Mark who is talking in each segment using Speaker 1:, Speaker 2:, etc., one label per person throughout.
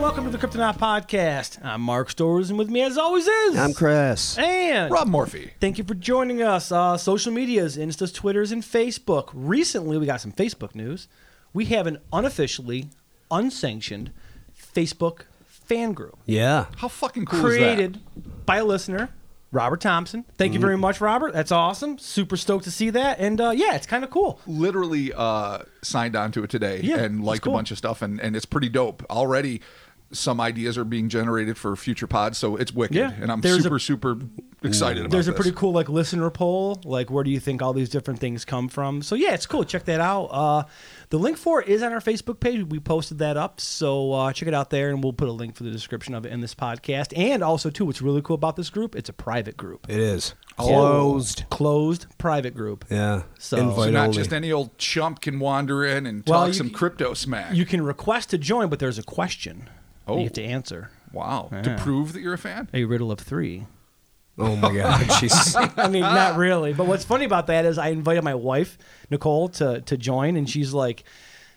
Speaker 1: welcome to the Kryptonite Podcast. I'm Mark Stores, and with me, as always, is
Speaker 2: I'm Chris.
Speaker 1: and
Speaker 3: Rob Morphy.
Speaker 1: Thank you for joining us. Uh, social medias, Instas, Twitters, and Facebook. Recently, we got some Facebook news. We have an unofficially, unsanctioned Facebook fan group
Speaker 2: Yeah.
Speaker 3: How fucking cool
Speaker 1: created
Speaker 3: is
Speaker 1: by a listener, Robert Thompson. Thank you very much, Robert. That's awesome. Super stoked to see that. And uh, yeah, it's kind of cool.
Speaker 3: that? Literally uh, signed on to it today
Speaker 1: Yeah,
Speaker 3: and
Speaker 1: it's
Speaker 3: liked
Speaker 1: cool.
Speaker 3: a bunch of stuff, and, and it's pretty dope. Already, some ideas are being generated for future pods, so it's wicked.
Speaker 1: Yeah.
Speaker 3: And I'm
Speaker 1: There's a-
Speaker 3: super, super excited about
Speaker 1: There's a
Speaker 3: this.
Speaker 1: pretty cool like listener poll, like where do you think all these different things come from? So yeah, it's cool. Check that out. Uh, the link for it is on our Facebook page. We posted that up, so uh, check it out there, and we'll put a link for the description of it in this podcast. And also too, what's really cool about this group? It's a private group,
Speaker 2: It is.
Speaker 1: closed, closed private group.
Speaker 2: Yeah.
Speaker 1: So-
Speaker 2: Invite
Speaker 3: So not
Speaker 2: only.
Speaker 3: just any old chump can wander in and
Speaker 1: Well,
Speaker 3: talk
Speaker 1: you
Speaker 3: some
Speaker 1: c-
Speaker 3: crypto smack.
Speaker 1: You can request to join, but there's a question that you
Speaker 3: Oh.
Speaker 1: have to answer.
Speaker 3: wow. To prove that you're a fan?
Speaker 1: A riddle of three.
Speaker 2: oh my god. She's
Speaker 1: I mean, not really. But what's funny about that is I invited my wife Nicole to to join, and she's like,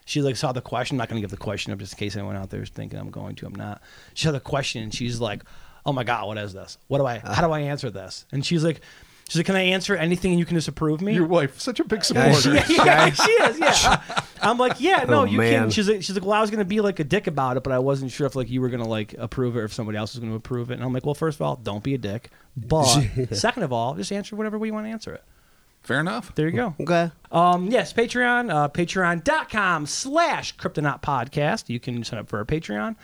Speaker 1: she like saw the question. I'm not going to give the question up just in case anyone out there is thinking I'm going to. I'm not. She saw the question, and she's like, "Oh my god, what is this? What do I? How do I answer this?" And she's like, "She's like, can I answer anything and you can disapprove me?"
Speaker 3: Your wife, such a big
Speaker 2: Yeah,
Speaker 3: supporter.
Speaker 1: yeah, yeah, she is. Yeah, I'm like, yeah, no,
Speaker 2: Oh,
Speaker 1: you can.
Speaker 2: man.
Speaker 1: She's like, she's like, well, I was gonna be like a dick about it, but I wasn't sure if like you were gonna like approve it or if somebody else was gonna approve it. And I'm like, well, first of all, don't be a dick, but second of all, just answer whatever way you want to answer it.
Speaker 3: Fair enough.
Speaker 1: There you go.
Speaker 2: okay.
Speaker 1: Um, yes, Patreon, uh, patreon.com slash Kryptonaut Podcast. You can sign up for our Patreon.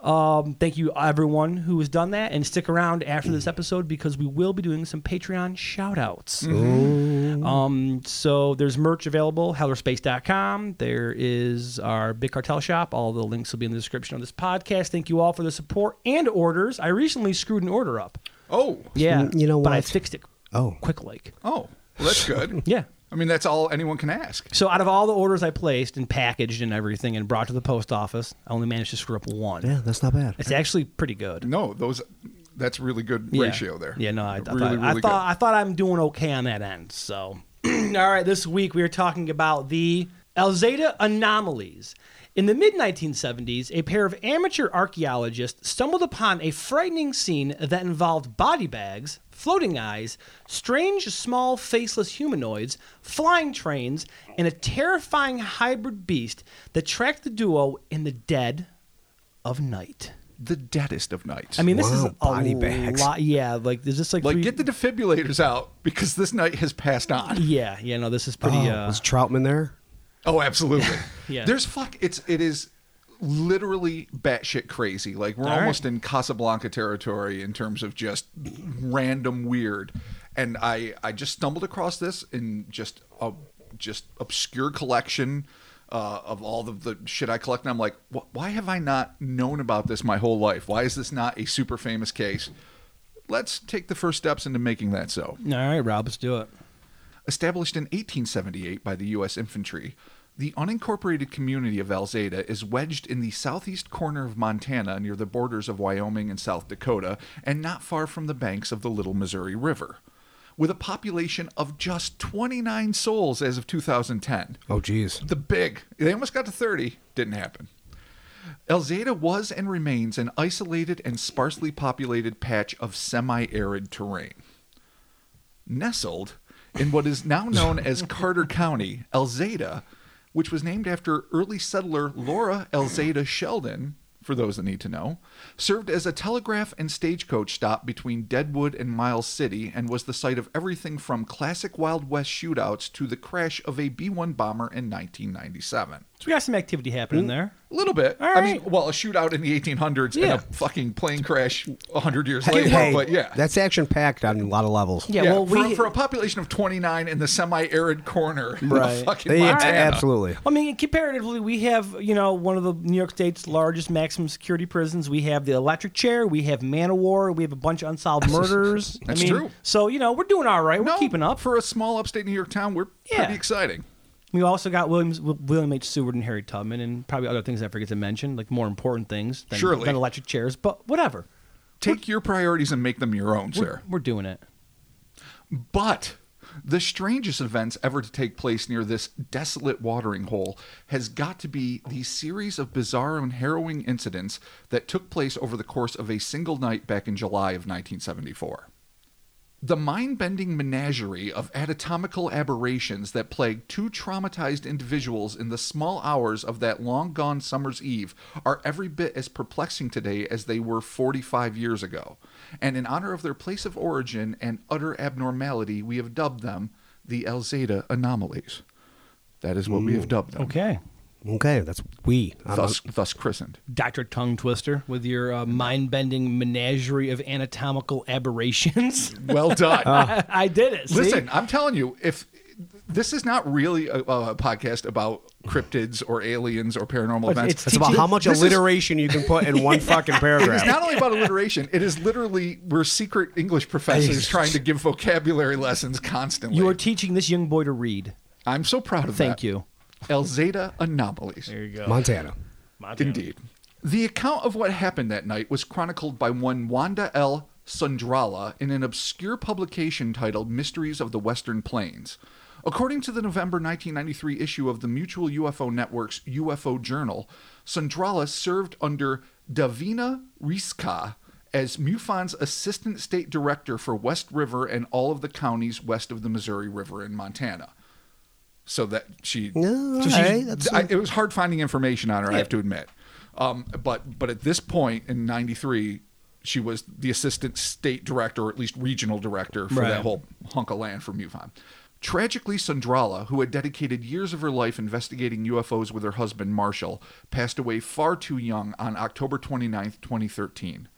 Speaker 1: Um, thank you, everyone who has done that. And stick around after this episode because we will be doing some Patreon shout outs.
Speaker 2: Mm-hmm.
Speaker 1: Um, so there's merch available, hellerspace.com. There is our Big Cartel shop. All the links will be in the description of this podcast. Thank you all for the support and orders. I recently screwed an order up.
Speaker 3: Oh.
Speaker 1: Yeah.
Speaker 2: Mm, you know
Speaker 1: But I
Speaker 2: what?
Speaker 1: fixed it
Speaker 2: Oh.
Speaker 1: quick like.
Speaker 3: Oh. Well, that's good.
Speaker 1: Yeah.
Speaker 3: I mean, that's all anyone can ask.
Speaker 1: So out of all the orders I placed and packaged and everything and brought to the post office, I only managed to screw up one.
Speaker 2: Yeah, that's not bad.
Speaker 1: It's actually pretty good.
Speaker 3: No, those. That's really good
Speaker 1: Yeah.
Speaker 3: ratio there.
Speaker 1: Yeah, no, I, I
Speaker 3: Really,
Speaker 1: thought,
Speaker 3: really
Speaker 1: I,
Speaker 3: good.
Speaker 1: thought I thought I'm doing okay on that end. So, all right, this week we are talking about the Elzada anomalies. In the mid 1970s, a pair of amateur archaeologists stumbled upon a frightening scene that involved body bags, floating eyes, strange small faceless humanoids, flying trains, and a terrifying hybrid beast that tracked the duo in the dead of night.
Speaker 3: the deadest of nights.
Speaker 1: I mean, this is
Speaker 2: Wow,
Speaker 1: a
Speaker 2: body bags.
Speaker 1: lot. Yeah, like is this like
Speaker 3: like
Speaker 1: three-
Speaker 3: get the defibrillators out because this night has passed on.
Speaker 1: Yeah, yeah, no, this is pretty.
Speaker 2: Oh,
Speaker 1: uh,
Speaker 2: was Troutman there?
Speaker 3: Oh, absolutely.
Speaker 1: Yeah.
Speaker 3: There's fuck. It's it is literally batshit crazy. Like we're
Speaker 1: All right.
Speaker 3: almost in Casablanca territory in terms of just random weird. And I I just stumbled across this in just a just obscure collection. Uh, of all the, the shit I collect, and I'm like, "Wh- why have I not known about this my whole life? Why is this not a super famous case? Let's take the first steps into making that so.
Speaker 1: all right, Rob, let's do it.
Speaker 3: Established in 1878 by the U.S. Infantry, the unincorporated community of Alzada is wedged in the southeast corner of Montana near the borders of Wyoming and South Dakota, and not far from the banks of the Little Missouri River. With a population of just 29 souls as of 2010.
Speaker 2: Oh, geez.
Speaker 3: The big. They almost got to 30. Didn't happen. Elzada was and remains an isolated and sparsely populated patch of semi arid terrain. Nestled in what is now known as Carter County, Elzada, which was named after early settler Laura Elzada Sheldon, for those that need to know, served as a telegraph and stagecoach stop between Deadwood and Miles City and was the site of everything from classic Wild West shootouts to the crash of a B 1 bomber in 1997.
Speaker 1: So we got some activity happening there.
Speaker 3: A little bit.
Speaker 1: All
Speaker 3: I mean,
Speaker 1: right.
Speaker 3: well, a shootout in the 1800s
Speaker 1: Yeah.
Speaker 3: and a fucking plane crash 100 years
Speaker 2: Hey,
Speaker 3: later.
Speaker 2: hey,
Speaker 3: but yeah.
Speaker 2: That's action packed on a lot of levels.
Speaker 1: Yeah, well,
Speaker 3: for,
Speaker 1: we.
Speaker 3: for a population of 29 in the semi-arid corner, of
Speaker 1: Right.
Speaker 3: Fucking
Speaker 2: They-
Speaker 3: Montana.
Speaker 2: Absolutely.
Speaker 1: I mean, comparatively, we have you know one of the New York State's largest maximum security prisons. We have the electric chair. We have Man of War. We have a bunch of unsolved murders.
Speaker 3: That's
Speaker 1: I mean,
Speaker 3: true.
Speaker 1: So you know we're doing all right. We're
Speaker 3: No,
Speaker 1: keeping up.
Speaker 3: for a small upstate New York town. We're
Speaker 1: Yeah.
Speaker 3: pretty exciting.
Speaker 1: We also got Williams, William H. Seward and Harry Tubman, and probably other things I forget to mention, like more important things than,
Speaker 3: Surely.
Speaker 1: than electric chairs. But whatever,
Speaker 3: Take your priorities and make them your own,
Speaker 1: we're,
Speaker 3: sir.
Speaker 1: we're doing it.
Speaker 3: But The strangest events ever to take place near this desolate watering hole has got to be the series of bizarre and harrowing incidents that took place over the course of a single night back in July of 1974. The mind bending menagerie of anatomical aberrations that plagued two traumatized individuals in the small hours of that long gone summer's eve are every bit as perplexing today as they were 45 years ago. And in honor of their place of origin and utter abnormality, we have dubbed them the Elzada anomalies. That is what we have dubbed them,
Speaker 1: Okay.
Speaker 2: Okay, that's we. I'm-
Speaker 3: thus, thus christened.
Speaker 1: Dr. Tongue Twister with your uh, mind bending menagerie of anatomical aberrations.
Speaker 3: Well done.
Speaker 1: I, I did it. See?
Speaker 3: Listen, I'm telling you, if this is not really a, a podcast about cryptids or aliens or paranormal events,
Speaker 1: it's
Speaker 2: it's about how much
Speaker 3: This is-
Speaker 2: alliteration you can put in one fucking paragraph.
Speaker 3: It's not only about alliteration; it is literally we're secret English professors trying to give vocabulary lessons constantly.
Speaker 1: you are teaching this young boy to read.
Speaker 3: I'm so proud of
Speaker 1: Thank
Speaker 3: that.
Speaker 1: you.
Speaker 3: El Zeta anomalies.
Speaker 1: you go.
Speaker 2: Montana.
Speaker 3: Indeed. The account of what happened that night was chronicled by one Wanda L. Sundrala in an obscure publication titled Mysteries of the Western Plains. According to the November 1993 issue of the Mutual UFO Network's UFO Journal, Sundrala served under Davina Riska as MUFON's Assistant State Director for West River and all of the counties west of the Missouri River in Montana. So that she,
Speaker 2: No,
Speaker 3: so
Speaker 2: all
Speaker 3: she's-
Speaker 2: right, that's
Speaker 3: I- it was hard finding information on her. I have to admit. Um, but but at this point in '93, she was the assistant state director, or at least regional director for
Speaker 1: Right.
Speaker 3: that whole hunk of land from MUFON. Tragically, Sundrala, who had dedicated years of her life investigating UFOs with her husband Marshall, passed away far too young on October 29th, 2013.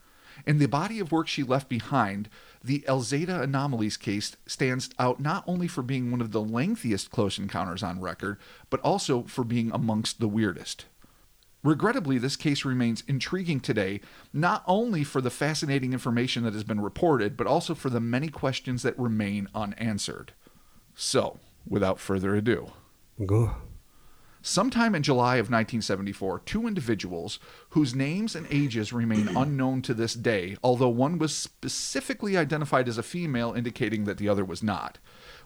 Speaker 3: In the body of work she left behind, the Elzada Anomalies case stands out not only for being one of the lengthiest close encounters on record, but also for being amongst the weirdest. Regrettably, this case remains intriguing today, not only for the fascinating information that has been reported, but also for the many questions that remain unanswered. So, without further ado,
Speaker 2: Go.
Speaker 3: Sometime in July of 1974, two individuals whose names and ages remain unknown to this day, although one was specifically identified as a female, indicating that the other was not,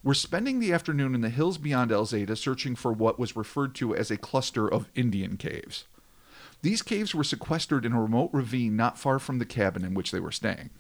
Speaker 3: were spending the afternoon in the hills beyond El Zeta searching for what was referred to as a cluster of Indian caves. These caves were sequestered in a remote ravine not far from the cabin in which they were staying.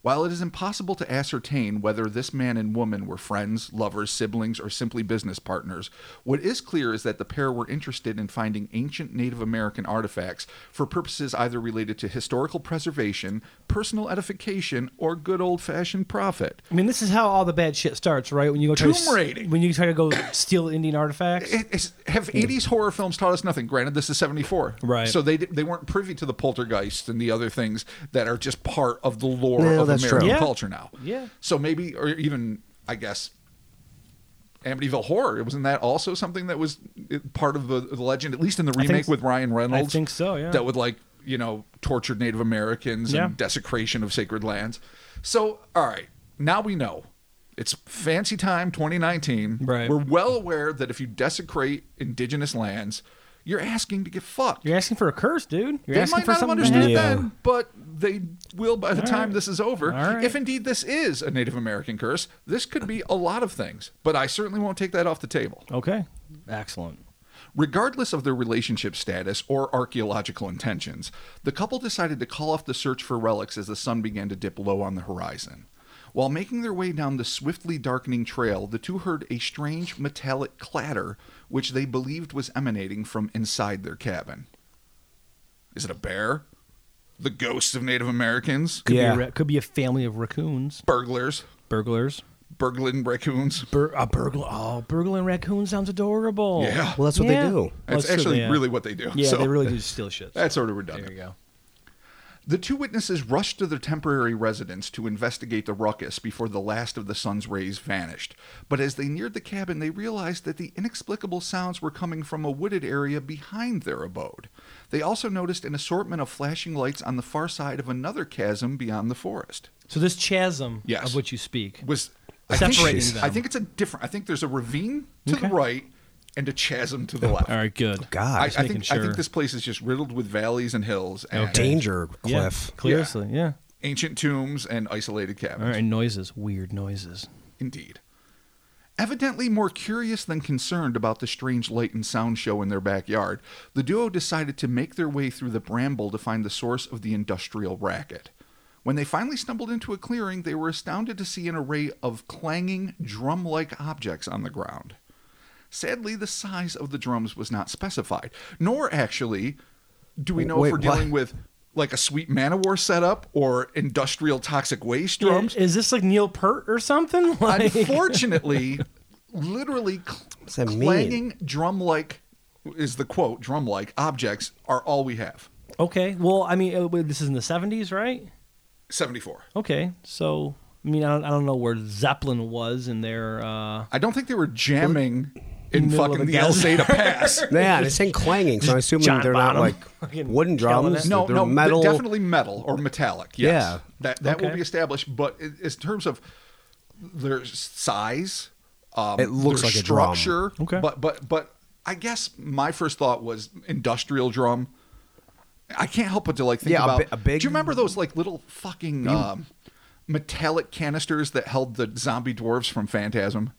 Speaker 3: While it is impossible to ascertain whether this man and woman were friends, lovers, siblings, or simply business partners, what is clear is that the pair were interested in finding ancient Native American artifacts for purposes either related to historical preservation, personal edification, or good old fashioned profit.
Speaker 1: I mean, this is how all the bad shit starts, right? When you go try to,
Speaker 3: Tomb
Speaker 1: s-
Speaker 3: raiding.
Speaker 1: When you try to go steal Indian artifacts.
Speaker 3: It- it's- have 80s horror films taught us nothing? Granted, this is 74.
Speaker 1: Right.
Speaker 3: So they, di- they weren't privy to the poltergeist and the other things that are just part of the lore
Speaker 2: No,
Speaker 3: of
Speaker 2: that's true.
Speaker 3: American
Speaker 1: Yeah.
Speaker 3: culture now.
Speaker 1: Yeah.
Speaker 3: So maybe, or even, I guess, Amityville Horror. Wasn't that also something that was uh, part of the, the legend, at least in the
Speaker 1: think
Speaker 3: remake
Speaker 1: so.
Speaker 3: with Ryan Reynolds?
Speaker 1: think so, yeah.
Speaker 3: That would, like, you know, tortured Native Americans
Speaker 1: Yeah.
Speaker 3: and desecration of sacred lands. So, all right, now we know. It's fancy time 2019.
Speaker 1: Right.
Speaker 3: We're well aware that if you desecrate indigenous lands, you're asking to get fucked.
Speaker 1: You're asking for a curse, dude. You're
Speaker 3: They
Speaker 1: asking
Speaker 3: might
Speaker 1: for
Speaker 3: not have
Speaker 1: something. to
Speaker 3: understood
Speaker 1: happen.
Speaker 2: happen.
Speaker 3: then, but they will by the time this is over.
Speaker 1: All right.
Speaker 3: If indeed this is a Native American curse, this could be a lot of things, but I certainly won't take that off the table.
Speaker 1: Okay. Excellent.
Speaker 3: Regardless of their relationship status or archaeological intentions, the couple decided to call off the search for relics as the sun began to dip low on the horizon. While making their way down the swiftly darkening trail, the two heard a strange metallic clatter which they believed was emanating from inside their cabin. Is it a bear? The ghosts of Native Americans?
Speaker 1: Could
Speaker 2: Yeah.
Speaker 1: Be a, ra- could be a family of raccoons,
Speaker 3: Burglars?
Speaker 1: burglars.
Speaker 3: Burgling raccoons?
Speaker 1: Bur- a burglar. Oh, burgling raccoon sounds adorable.
Speaker 3: Yeah.
Speaker 2: Well, that's what they
Speaker 1: Yeah.
Speaker 2: do.
Speaker 1: Oh, Well,
Speaker 3: That's
Speaker 1: true,
Speaker 3: actually
Speaker 1: yeah.
Speaker 3: really what they do.
Speaker 1: Yeah,
Speaker 3: so
Speaker 1: they really do steal shit.
Speaker 3: That's sort of redundant.
Speaker 1: there you go.
Speaker 3: The two witnesses rushed to their temporary residence to investigate the ruckus before the last of the sun's rays vanished. But as they neared the cabin, they realized that the inexplicable sounds were coming from a wooded area behind their abode. They also noticed an assortment of flashing lights on the far side of another chasm beyond the forest.
Speaker 1: So this chasm
Speaker 3: Yes.
Speaker 1: of which you speak.
Speaker 3: Was I
Speaker 1: Separating
Speaker 3: think,
Speaker 1: them.
Speaker 3: I think it's a different. I think there's a ravine to
Speaker 1: Okay. Oh,
Speaker 3: the right and a chasm to the left.
Speaker 1: All right, good.
Speaker 2: God,
Speaker 3: I, I
Speaker 2: it's
Speaker 1: making
Speaker 3: think I
Speaker 1: sure.
Speaker 3: think this place is just riddled with valleys and hills and
Speaker 2: danger
Speaker 1: Yeah,
Speaker 2: cliff.
Speaker 1: Clearly, yeah.
Speaker 3: ancient tombs and isolated cabins.
Speaker 1: All right, noises, weird noises.
Speaker 3: Indeed. Evidently more curious than concerned about the strange light and sound show in their backyard, the duo decided to make their way through the bramble to find the source of the industrial racket. When they finally stumbled into a clearing, they were astounded to see an array of clanging, drum like objects on the ground. Sadly, the size of the drums was not specified, nor actually do we know
Speaker 2: Wait,
Speaker 3: if we're
Speaker 2: what?
Speaker 3: dealing with like a sweet Manowar setup or industrial toxic waste drums.
Speaker 1: Is this like Neil Peart or something? Like,
Speaker 3: Unfortunately, literally
Speaker 2: What's
Speaker 3: cl-
Speaker 2: that mean?
Speaker 3: clanging drum like is the quote drum like objects are all we have.
Speaker 1: okay. Well, I mean, uh, this is in the 70s, right?
Speaker 3: 74.
Speaker 1: Okay. So, I mean, I don't, I don't know where Zeppelin was in their. Uh,
Speaker 3: I don't think they were jamming in
Speaker 1: Middle of
Speaker 3: fucking
Speaker 1: the
Speaker 3: the El
Speaker 1: desert.
Speaker 3: Zeta Pass.
Speaker 2: Yeah, it's in clanging, so I'm assuming
Speaker 1: John
Speaker 2: they're
Speaker 1: Bonham.
Speaker 2: not like
Speaker 1: Fucking
Speaker 2: wooden
Speaker 1: killing
Speaker 2: drums.
Speaker 1: it.
Speaker 3: No,
Speaker 2: they're
Speaker 3: no, they're
Speaker 2: metal.
Speaker 3: definitely metal or metallic. Yes.
Speaker 2: Yeah.
Speaker 3: that that will
Speaker 1: Okay.
Speaker 3: be established. But in, in terms of their size, um,
Speaker 2: It looks
Speaker 3: their
Speaker 2: like a drum.
Speaker 3: structure.
Speaker 1: Okay.
Speaker 3: but but but I guess my first thought was industrial drum. I can't help but to like think
Speaker 2: Yeah, a
Speaker 3: about
Speaker 2: bi- a big-
Speaker 3: Do you remember those like little fucking um, metallic canisters that held the zombie dwarves from Phantasm?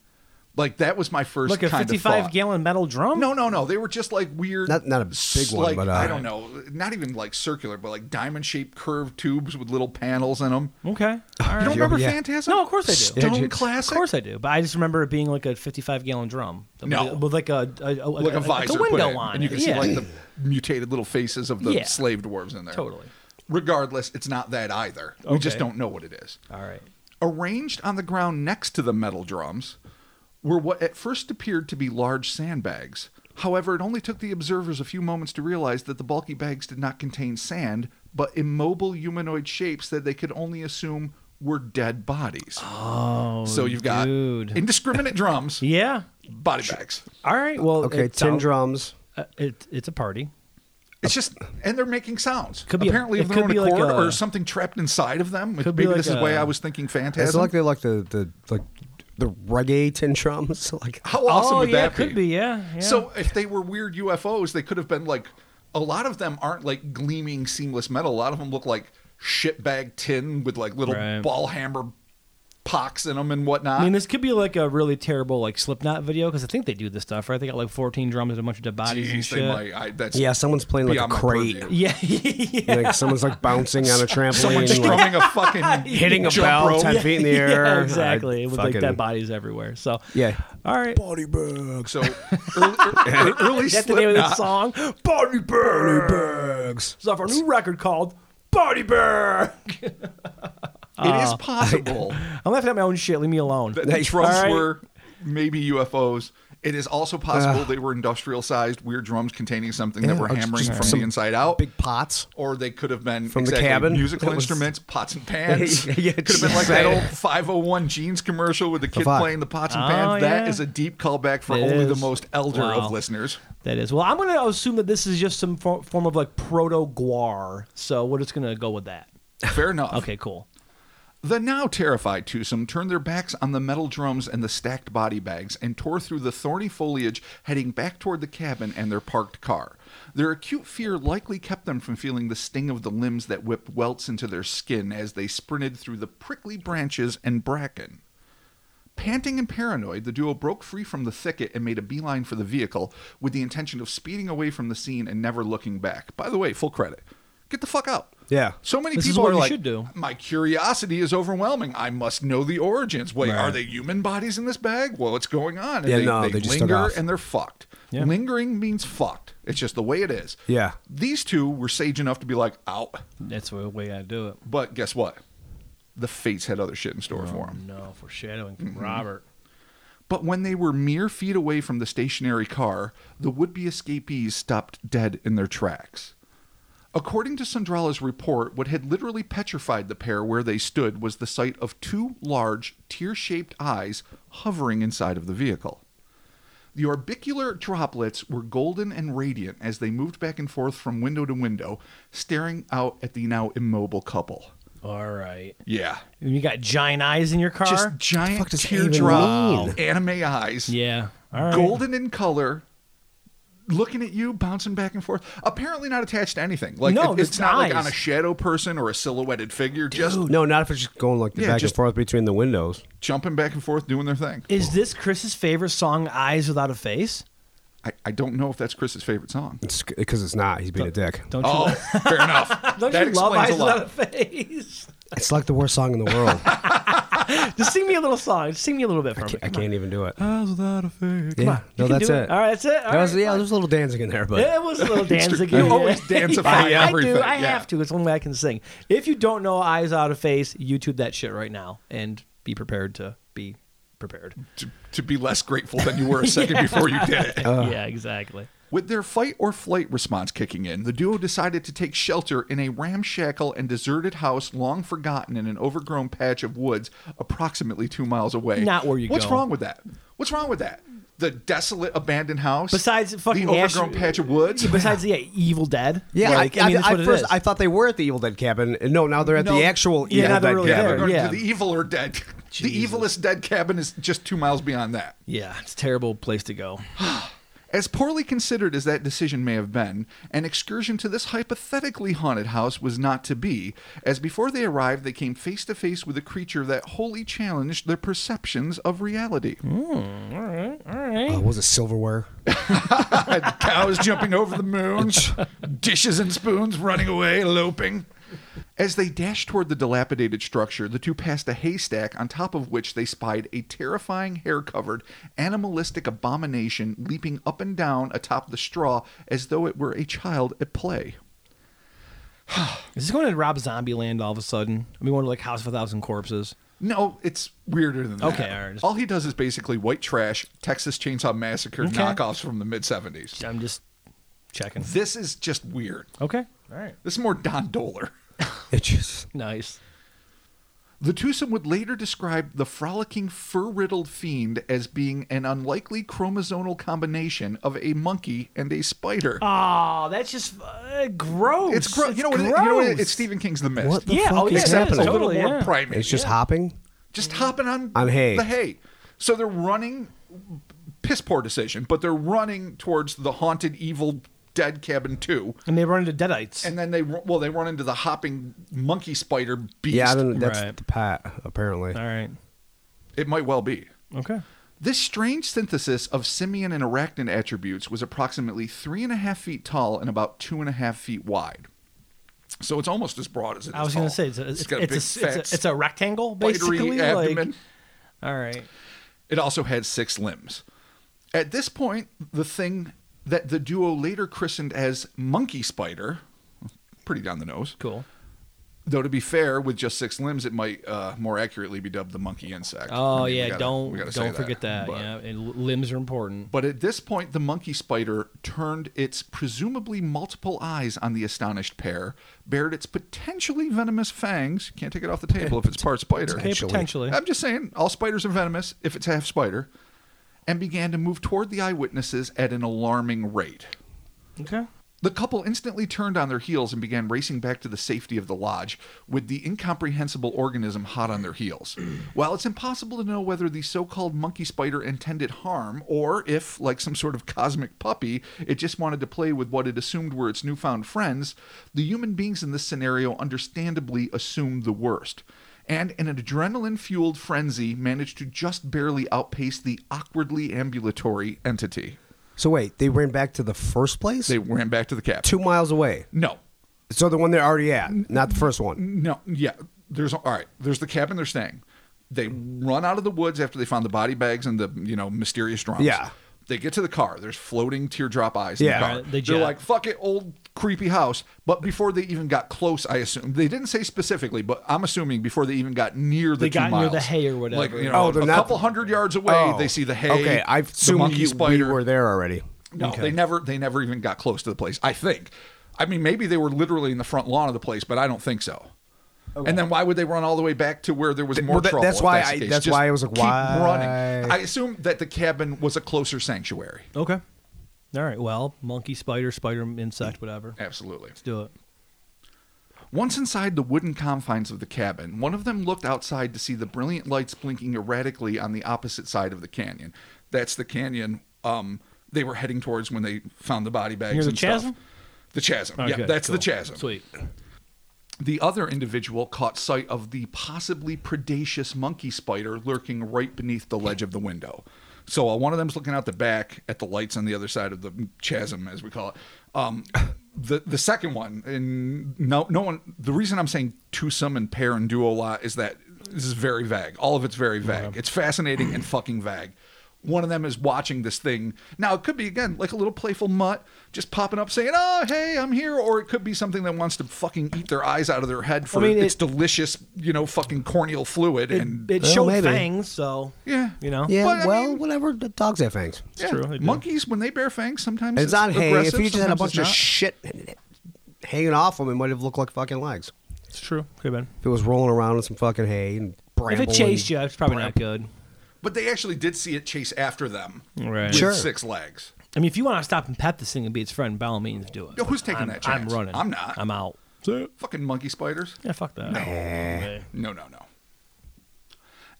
Speaker 3: Like that was my first
Speaker 1: look, a
Speaker 3: kind of
Speaker 1: 55
Speaker 3: thought.
Speaker 1: gallon metal drum?
Speaker 3: No, no, no. They were just like weird.
Speaker 2: Um, Not- not a big
Speaker 3: s-
Speaker 2: one,
Speaker 3: like,
Speaker 2: but, uh,
Speaker 3: I don't know. Not even like circular, but like diamond shaped curved tubes with little panels in them.
Speaker 1: Okay. All
Speaker 3: You
Speaker 1: right.
Speaker 3: don't remember
Speaker 2: Yeah.
Speaker 3: Phantasm?
Speaker 1: No, of course I do.
Speaker 2: Yeah,
Speaker 3: Stone
Speaker 1: Of
Speaker 2: dude.
Speaker 3: Classic?
Speaker 1: course I do, but I just remember it being like a 55 gallon drum.
Speaker 3: No.
Speaker 1: With like a, a, a,
Speaker 3: Like a
Speaker 1: like
Speaker 3: visor.
Speaker 1: a
Speaker 3: put
Speaker 1: window
Speaker 3: in,
Speaker 1: on
Speaker 3: And you
Speaker 1: it.
Speaker 3: can
Speaker 1: yeah.
Speaker 3: see like the mutated little faces of the
Speaker 1: Yeah.
Speaker 3: slave dwarves in there.
Speaker 1: Totally.
Speaker 3: Regardless, it's not that either. We just
Speaker 1: Okay.
Speaker 3: don't know what it is.
Speaker 1: All right.
Speaker 3: Arranged on the ground next to the metal drums were what at first appeared to be large sandbags. However, it only took the observers a few moments to realize that the bulky bags did not contain sand, but immobile humanoid shapes that they could only assume were dead bodies.
Speaker 1: Oh,
Speaker 3: so you've got
Speaker 1: dude.
Speaker 3: indiscriminate drums,
Speaker 1: yeah.
Speaker 3: body bags.
Speaker 1: All right. Well,
Speaker 2: Okay,
Speaker 1: it
Speaker 2: tin
Speaker 1: sound-
Speaker 2: drums.
Speaker 1: Uh, it, it's a party.
Speaker 3: It's just, and they're making sounds.
Speaker 1: Could be a-
Speaker 3: apparently
Speaker 1: it
Speaker 3: of their own
Speaker 1: could be like
Speaker 3: accord,
Speaker 1: a-
Speaker 3: or something trapped inside of them.
Speaker 1: Could be
Speaker 3: Maybe
Speaker 1: like
Speaker 3: this is why
Speaker 1: a-
Speaker 3: I was thinking
Speaker 2: It's
Speaker 3: phantasm.
Speaker 2: like they like the, the like the reggae tin drums. Like
Speaker 3: How awesome
Speaker 1: oh,
Speaker 3: would
Speaker 1: yeah,
Speaker 3: that
Speaker 1: it could be. Yeah. yeah.
Speaker 3: So if they were weird UFOs, they could have been like a lot of them aren't like gleaming seamless metal. A lot of them look like shitbag tin with like little
Speaker 1: Right.
Speaker 3: ball hammer pocks in them and whatnot.
Speaker 1: I mean, this could be like a really terrible like Slipknot video because I think they do this stuff, right? They got like 14 drums and a bunch of dead bodies and
Speaker 3: Jeez,
Speaker 1: shit.
Speaker 3: they might. I, that's
Speaker 2: yeah, someone's playing like a
Speaker 3: beyond my
Speaker 2: crate.
Speaker 3: purview.
Speaker 1: Yeah. yeah.
Speaker 2: Like someone's like bouncing on a
Speaker 3: Someone
Speaker 2: trampoline, like,
Speaker 3: strumming a fucking
Speaker 2: hitting a
Speaker 3: jump
Speaker 2: bell
Speaker 3: rope.
Speaker 2: ten feet in the
Speaker 1: Yeah,
Speaker 2: air.
Speaker 1: exactly.
Speaker 2: I
Speaker 1: With like
Speaker 2: fucking-
Speaker 1: dead bodies everywhere. So
Speaker 2: Yeah.
Speaker 1: All right.
Speaker 2: Body bags.
Speaker 3: So early, early, early
Speaker 1: Is that the name of the
Speaker 3: Slipknot.
Speaker 1: song?
Speaker 2: Body bags.
Speaker 1: It's off our new record called Body Bear.
Speaker 3: It
Speaker 2: Ah.
Speaker 3: is possible
Speaker 1: I'm laughing at my own shit. Leave me alone.
Speaker 3: that the drums
Speaker 1: All right.
Speaker 3: were maybe UFOs. It is also possible they were industrial sized, weird drums containing something that
Speaker 2: Yeah,
Speaker 3: were
Speaker 2: or
Speaker 3: hammering
Speaker 2: just
Speaker 3: from
Speaker 2: some
Speaker 3: the inside out.
Speaker 2: Big pots.
Speaker 3: or they could have been
Speaker 2: From the
Speaker 3: exactly
Speaker 2: cabin?
Speaker 3: musical
Speaker 2: That was-
Speaker 3: instruments, pots and pans.
Speaker 2: Yeah, yeah,
Speaker 3: could have been like that
Speaker 2: yeah.
Speaker 3: old 501 jeans commercial with the kid
Speaker 2: fuck.
Speaker 3: playing the pots and
Speaker 1: Oh,
Speaker 3: pans. That
Speaker 1: yeah.
Speaker 3: is a deep callback for
Speaker 1: It
Speaker 3: only the
Speaker 1: is.
Speaker 3: most elder
Speaker 1: Wow.
Speaker 3: of listeners.
Speaker 1: That is. Well, I'm going to assume that this is just some for- form of like proto guar. So we're just going to go with that.
Speaker 3: Fair enough.
Speaker 1: Okay, cool.
Speaker 3: The now terrified twosome turned their backs on the metal drums and the stacked body bags and tore through the thorny foliage, heading back toward the cabin and their parked car. Their acute fear likely kept them from feeling the sting of the limbs that whipped welts into their skin as they sprinted through the prickly branches and bracken. Panting and paranoid, the duo broke free from the thicket and made a beeline for the vehicle with the intention of speeding away from the scene and never looking back. By the way, full credit. Get the fuck out.
Speaker 2: Yeah.
Speaker 3: So many
Speaker 1: This is
Speaker 3: people
Speaker 1: what
Speaker 3: are
Speaker 1: you
Speaker 3: like,
Speaker 1: should do.
Speaker 3: my curiosity is overwhelming. I must know the origins. Wait, are they human bodies in this bag? Well, what's going on? And
Speaker 2: Yeah,
Speaker 3: they,
Speaker 2: no,
Speaker 3: they,
Speaker 2: they just took
Speaker 3: linger
Speaker 2: off.
Speaker 3: and they're fucked.
Speaker 1: Yeah.
Speaker 3: Lingering means fucked. It's just the way it is.
Speaker 2: Yeah.
Speaker 3: These two were sage enough to be like, out.
Speaker 1: That's the way I do it.
Speaker 3: But guess what? The fates had other shit in store for them.
Speaker 1: No, foreshadowing
Speaker 2: Mm-hmm.
Speaker 1: from Robert.
Speaker 3: But when they were mere feet away from the stationary car, the would be escapees stopped dead in their tracks. According to Sandrala's report, what had literally petrified the pair where they stood was the sight of two large, tear shaped eyes hovering inside of the vehicle. The orbicular droplets were golden and radiant as they moved back and forth from window to window, staring out at the now immobile couple.
Speaker 1: All right.
Speaker 3: Yeah.
Speaker 1: And you got giant eyes in your car?
Speaker 3: Just giant
Speaker 2: does that even
Speaker 3: teardrop anime eyes
Speaker 1: yeah. All right.
Speaker 3: golden in color, looking at you, bouncing back and forth. Apparently not attached to anything. Like
Speaker 1: No,
Speaker 3: it- it's
Speaker 1: just
Speaker 3: not like
Speaker 1: eyes.
Speaker 3: on a shadow person or a silhouetted figure, just
Speaker 2: No, not if it's just going like the
Speaker 3: Yeah,
Speaker 2: back
Speaker 3: just-
Speaker 2: and forth between the windows.
Speaker 3: jumping back and forth doing their thing.
Speaker 1: Is this Chris's favorite song, Eyes Without a Face?
Speaker 3: I, I don't know if that's Chris's favorite song.
Speaker 2: It's because it's not. He's being a dick.
Speaker 1: Don't you,
Speaker 3: Oh,
Speaker 1: lo-
Speaker 3: fair enough.
Speaker 1: don't
Speaker 3: that
Speaker 1: you love Eyes
Speaker 3: explains a lot.
Speaker 1: Without a Face?
Speaker 2: It's like the worst song in the world. I
Speaker 1: Just sing me a little song. Just sing me a little bit for me.
Speaker 2: can't, I can't even do it.
Speaker 3: Eyes without a face.
Speaker 2: Yeah. No,
Speaker 1: Uh, You can
Speaker 2: that's
Speaker 1: do
Speaker 2: it.
Speaker 1: All right, that's it. All
Speaker 2: That was,
Speaker 1: right,
Speaker 2: yeah,
Speaker 1: fine.
Speaker 2: there's a little dancing in there, but
Speaker 1: It was a little dance
Speaker 3: true.
Speaker 1: again.
Speaker 3: You always dancify
Speaker 1: I
Speaker 3: everything,
Speaker 1: do. I
Speaker 3: yeah.
Speaker 1: have to. It's the only way I can sing. If you don't know Eyes Out of Face, YouTube that shit right now and be prepared to be prepared.
Speaker 3: To, to be less grateful than you were a second before you did it.
Speaker 1: yeah, exactly.
Speaker 3: With their fight or flight response kicking in, the duo decided to take shelter in a ramshackle and deserted house long forgotten in an overgrown patch of woods approximately two miles away.
Speaker 1: Not where you
Speaker 3: What's
Speaker 1: go.
Speaker 3: wrong with that? What's wrong with that? The desolate abandoned house.
Speaker 1: Besides fucking
Speaker 3: the
Speaker 1: Ash-
Speaker 3: overgrown patch of woods.
Speaker 1: Besides, yeah, Evil Dead.
Speaker 2: yeah,
Speaker 1: Like,
Speaker 2: I, I,
Speaker 1: mean, that's
Speaker 2: I
Speaker 1: what it
Speaker 2: first
Speaker 1: is.
Speaker 2: I thought they were at the Evil Dead cabin. and No, now they're at
Speaker 3: No.
Speaker 2: the actual
Speaker 1: Yeah,
Speaker 2: Evil
Speaker 1: now
Speaker 2: Dead
Speaker 1: they're really
Speaker 2: cabin.
Speaker 1: there.
Speaker 3: Or
Speaker 1: yeah.
Speaker 3: The evil or dead. The evilest dead cabin is just two miles beyond that.
Speaker 1: yeah, it's a terrible place to go.
Speaker 3: As poorly considered as that decision may have been, an excursion to this hypothetically haunted house was not to be, as before they arrived, they came face to face with a creature that wholly challenged their perceptions of reality.
Speaker 2: Uh,
Speaker 1: Oh,
Speaker 2: what was it silverware?
Speaker 3: Cows jumping over the moon, dishes and spoons running away, loping. As they dashed toward the dilapidated structure, the two passed a haystack on top of which they spied a terrifying hair covered, animalistic abomination leaping up and down atop the straw as though it were a child at play.
Speaker 1: Is this going to Rob Zombie land all of a sudden? I mean, going to like House of a Thousand Corpses.
Speaker 3: No, it's weirder than that.
Speaker 1: Okay, all right.
Speaker 3: All he does is basically white trash, Texas Chainsaw Massacre
Speaker 1: Okay.
Speaker 3: knockoffs from the mid 70s.
Speaker 1: I'm just checking.
Speaker 3: This is just weird.
Speaker 1: Okay, all right,
Speaker 3: This is more Don Doler.
Speaker 2: It just
Speaker 1: nice.
Speaker 3: The twosome would later describe the frolicking fur riddled fiend as being an unlikely chromosomal combination of a monkey and a spider.
Speaker 1: Oh, that's just uh, gross.
Speaker 3: it's gross. You know what? It,
Speaker 1: Gross.
Speaker 3: you know what it- it's Stephen King's The Mist.
Speaker 2: What the
Speaker 1: Yeah,
Speaker 2: fuck
Speaker 1: oh,
Speaker 2: is
Speaker 1: yeah, it is,
Speaker 3: Except it's
Speaker 2: happening?
Speaker 3: a little
Speaker 1: totally,
Speaker 3: more
Speaker 1: yeah.
Speaker 3: primate.
Speaker 2: It's just hopping.
Speaker 3: just hopping on
Speaker 2: On hay.
Speaker 3: the hay. So they're running, piss poor decision, but they're running towards the haunted, evil, dead cabin too.
Speaker 1: And they run into deadites.
Speaker 3: And then they ru- well they run into the hopping monkey spider beast.
Speaker 2: Yeah, I don't, that's
Speaker 1: Right.
Speaker 2: the pat apparently.
Speaker 1: all right.
Speaker 3: it might well be.
Speaker 1: Okay.
Speaker 3: This strange synthesis of simian and arachnid attributes was approximately three and a half feet tall and about two and a half feet wide. So it's almost as broad as it is.
Speaker 1: I was going to
Speaker 3: tall.
Speaker 1: say it's a, it's,
Speaker 3: got a
Speaker 1: it's,
Speaker 3: big,
Speaker 1: a,
Speaker 3: fat,
Speaker 1: it's, a, it's a rectangle
Speaker 3: spidery
Speaker 1: basically.
Speaker 3: abdomen.
Speaker 1: Like, all right.
Speaker 3: It also had six limbs. At this point, the thing that the duo later christened as Monkey Spider, pretty down the nose,
Speaker 1: Cool.
Speaker 3: though to be fair, with just six limbs, it might uh, more accurately be dubbed the monkey insect.
Speaker 1: Oh
Speaker 3: I mean, we
Speaker 1: yeah,
Speaker 3: gotta-
Speaker 1: don't
Speaker 3: we gotta say
Speaker 1: don't forget that.
Speaker 3: But,
Speaker 1: yeah, and l- limbs are important.
Speaker 3: but at this point, the monkey spider turned its presumably multiple eyes on the astonished pair, bared its potentially venomous fangs. Can't take it off the table if it's part spider.
Speaker 1: Okay, potentially.
Speaker 3: I'm just saying, all spiders are venomous if it's half spider, and began to move toward the eyewitnesses at an alarming rate.
Speaker 1: Okay.
Speaker 3: The couple instantly turned on their heels and began racing back to the safety of the lodge, with the incomprehensible organism hot on their heels. While it's impossible to know whether the so called monkey spider intended harm, or if, like some sort of cosmic puppy, it just wanted to play with what it assumed were its newfound friends, the human beings in this scenario understandably assumed the worst. And in an adrenaline fueled frenzy, managed to just barely outpace the awkwardly ambulatory entity.
Speaker 2: So wait, they ran back to the first place,
Speaker 3: They ran back to the cabin.
Speaker 2: two miles away.
Speaker 3: No,
Speaker 2: So the one they're already at, not the first one.
Speaker 3: No, yeah. There's all right. There's the cabin they're staying. They run out of the woods after they found the body bags and the you know mysterious drums.
Speaker 2: Yeah.
Speaker 3: They get to the car. There's floating teardrop eyes
Speaker 2: Yeah.
Speaker 3: in the car.
Speaker 1: Right, they
Speaker 3: They're
Speaker 1: jet.
Speaker 3: like, "Fuck it, old creepy house." But before they even got close, I assume they didn't say specifically, but I'm assuming before they even got near the
Speaker 1: They
Speaker 3: two
Speaker 1: got near
Speaker 3: miles,
Speaker 1: the hay or whatever.
Speaker 3: Like, you know,
Speaker 2: Oh, they're
Speaker 3: a
Speaker 2: not-
Speaker 3: couple hundred yards away,
Speaker 2: Oh.
Speaker 3: they see the hay.
Speaker 2: Okay, I
Speaker 3: the
Speaker 2: assumed
Speaker 3: monkey
Speaker 2: you we
Speaker 3: spider.
Speaker 2: were there already.
Speaker 3: No, they never they never even got close to the place. I think. I mean, maybe they were literally in the front lawn of the place, but I don't think so. And then why would they run all the way back to where there was more
Speaker 2: well, that-
Speaker 3: trouble?
Speaker 2: that's
Speaker 3: if
Speaker 2: why
Speaker 3: the
Speaker 2: I-
Speaker 3: case?
Speaker 2: that's
Speaker 3: Just
Speaker 2: why I was like,
Speaker 3: keep
Speaker 2: why?
Speaker 3: running. I assume that the cabin was a closer sanctuary.
Speaker 1: Okay. All right. Well, monkey, spider, spider, insect, whatever. Let's
Speaker 3: Absolutely.
Speaker 1: do it.
Speaker 3: Once inside the wooden confines of the cabin, one of them looked outside to see the brilliant lights blinking erratically on the opposite side of the canyon. That's the canyon um, they were heading towards when they found the body bags
Speaker 1: Near the
Speaker 3: and stuff.
Speaker 1: chasm?
Speaker 3: The chasm.
Speaker 1: Okay,
Speaker 3: yeah, that's
Speaker 1: cool.
Speaker 3: the chasm.
Speaker 1: Sweet.
Speaker 3: The other individual caught sight of the possibly predaceous monkey spider lurking right beneath the ledge of the window. So uh, one of them's looking out the back at the lights on the other side of the chasm, as we call it. Um, the the second one, and no no one. The reason I'm saying twosome and pair and duo a lot is that this is very vague. All of it's very vague. It's fascinating and fucking vague one of them is watching this thing. Now it could be again like a little playful mutt just popping up saying, "Oh, hey, I'm here," or it could be something that wants to fucking eat their eyes out of their head for
Speaker 1: mean,
Speaker 3: its
Speaker 1: it-
Speaker 3: delicious, you know, fucking corneal fluid.
Speaker 1: It,
Speaker 3: and
Speaker 1: it
Speaker 2: Well,
Speaker 1: showed
Speaker 2: maybe.
Speaker 1: fangs, so
Speaker 3: Yeah.
Speaker 1: you know.
Speaker 2: Yeah,
Speaker 3: But, I
Speaker 2: well,
Speaker 3: mean-
Speaker 2: whatever. The dogs have fangs.
Speaker 3: yeah,
Speaker 1: true, they do.
Speaker 3: monkeys when they bear fangs sometimes
Speaker 2: It's, not hay. If
Speaker 3: aggressive,
Speaker 2: you just had a
Speaker 3: sometimes
Speaker 2: bunch
Speaker 3: it's
Speaker 2: of
Speaker 3: not.
Speaker 2: shit hanging off them, it might have looked like fucking legs.
Speaker 1: It's true. Could have been.
Speaker 2: If it was rolling around in some fucking hay and
Speaker 1: If
Speaker 2: bramble.
Speaker 1: it chased you, it's probably not good.
Speaker 3: but they actually did see it chase after them
Speaker 1: Right.
Speaker 3: with
Speaker 2: Sure.
Speaker 3: six legs.
Speaker 1: I mean, if you want to stop and pet this thing and be its friend, by all means, do it.
Speaker 3: Yo, who's taking
Speaker 1: I'm,
Speaker 3: that chance?
Speaker 1: I'm running.
Speaker 3: I'm not.
Speaker 1: I'm out.
Speaker 3: Fucking monkey spiders.
Speaker 1: Yeah, fuck that.
Speaker 2: Eh.
Speaker 3: No, no, no.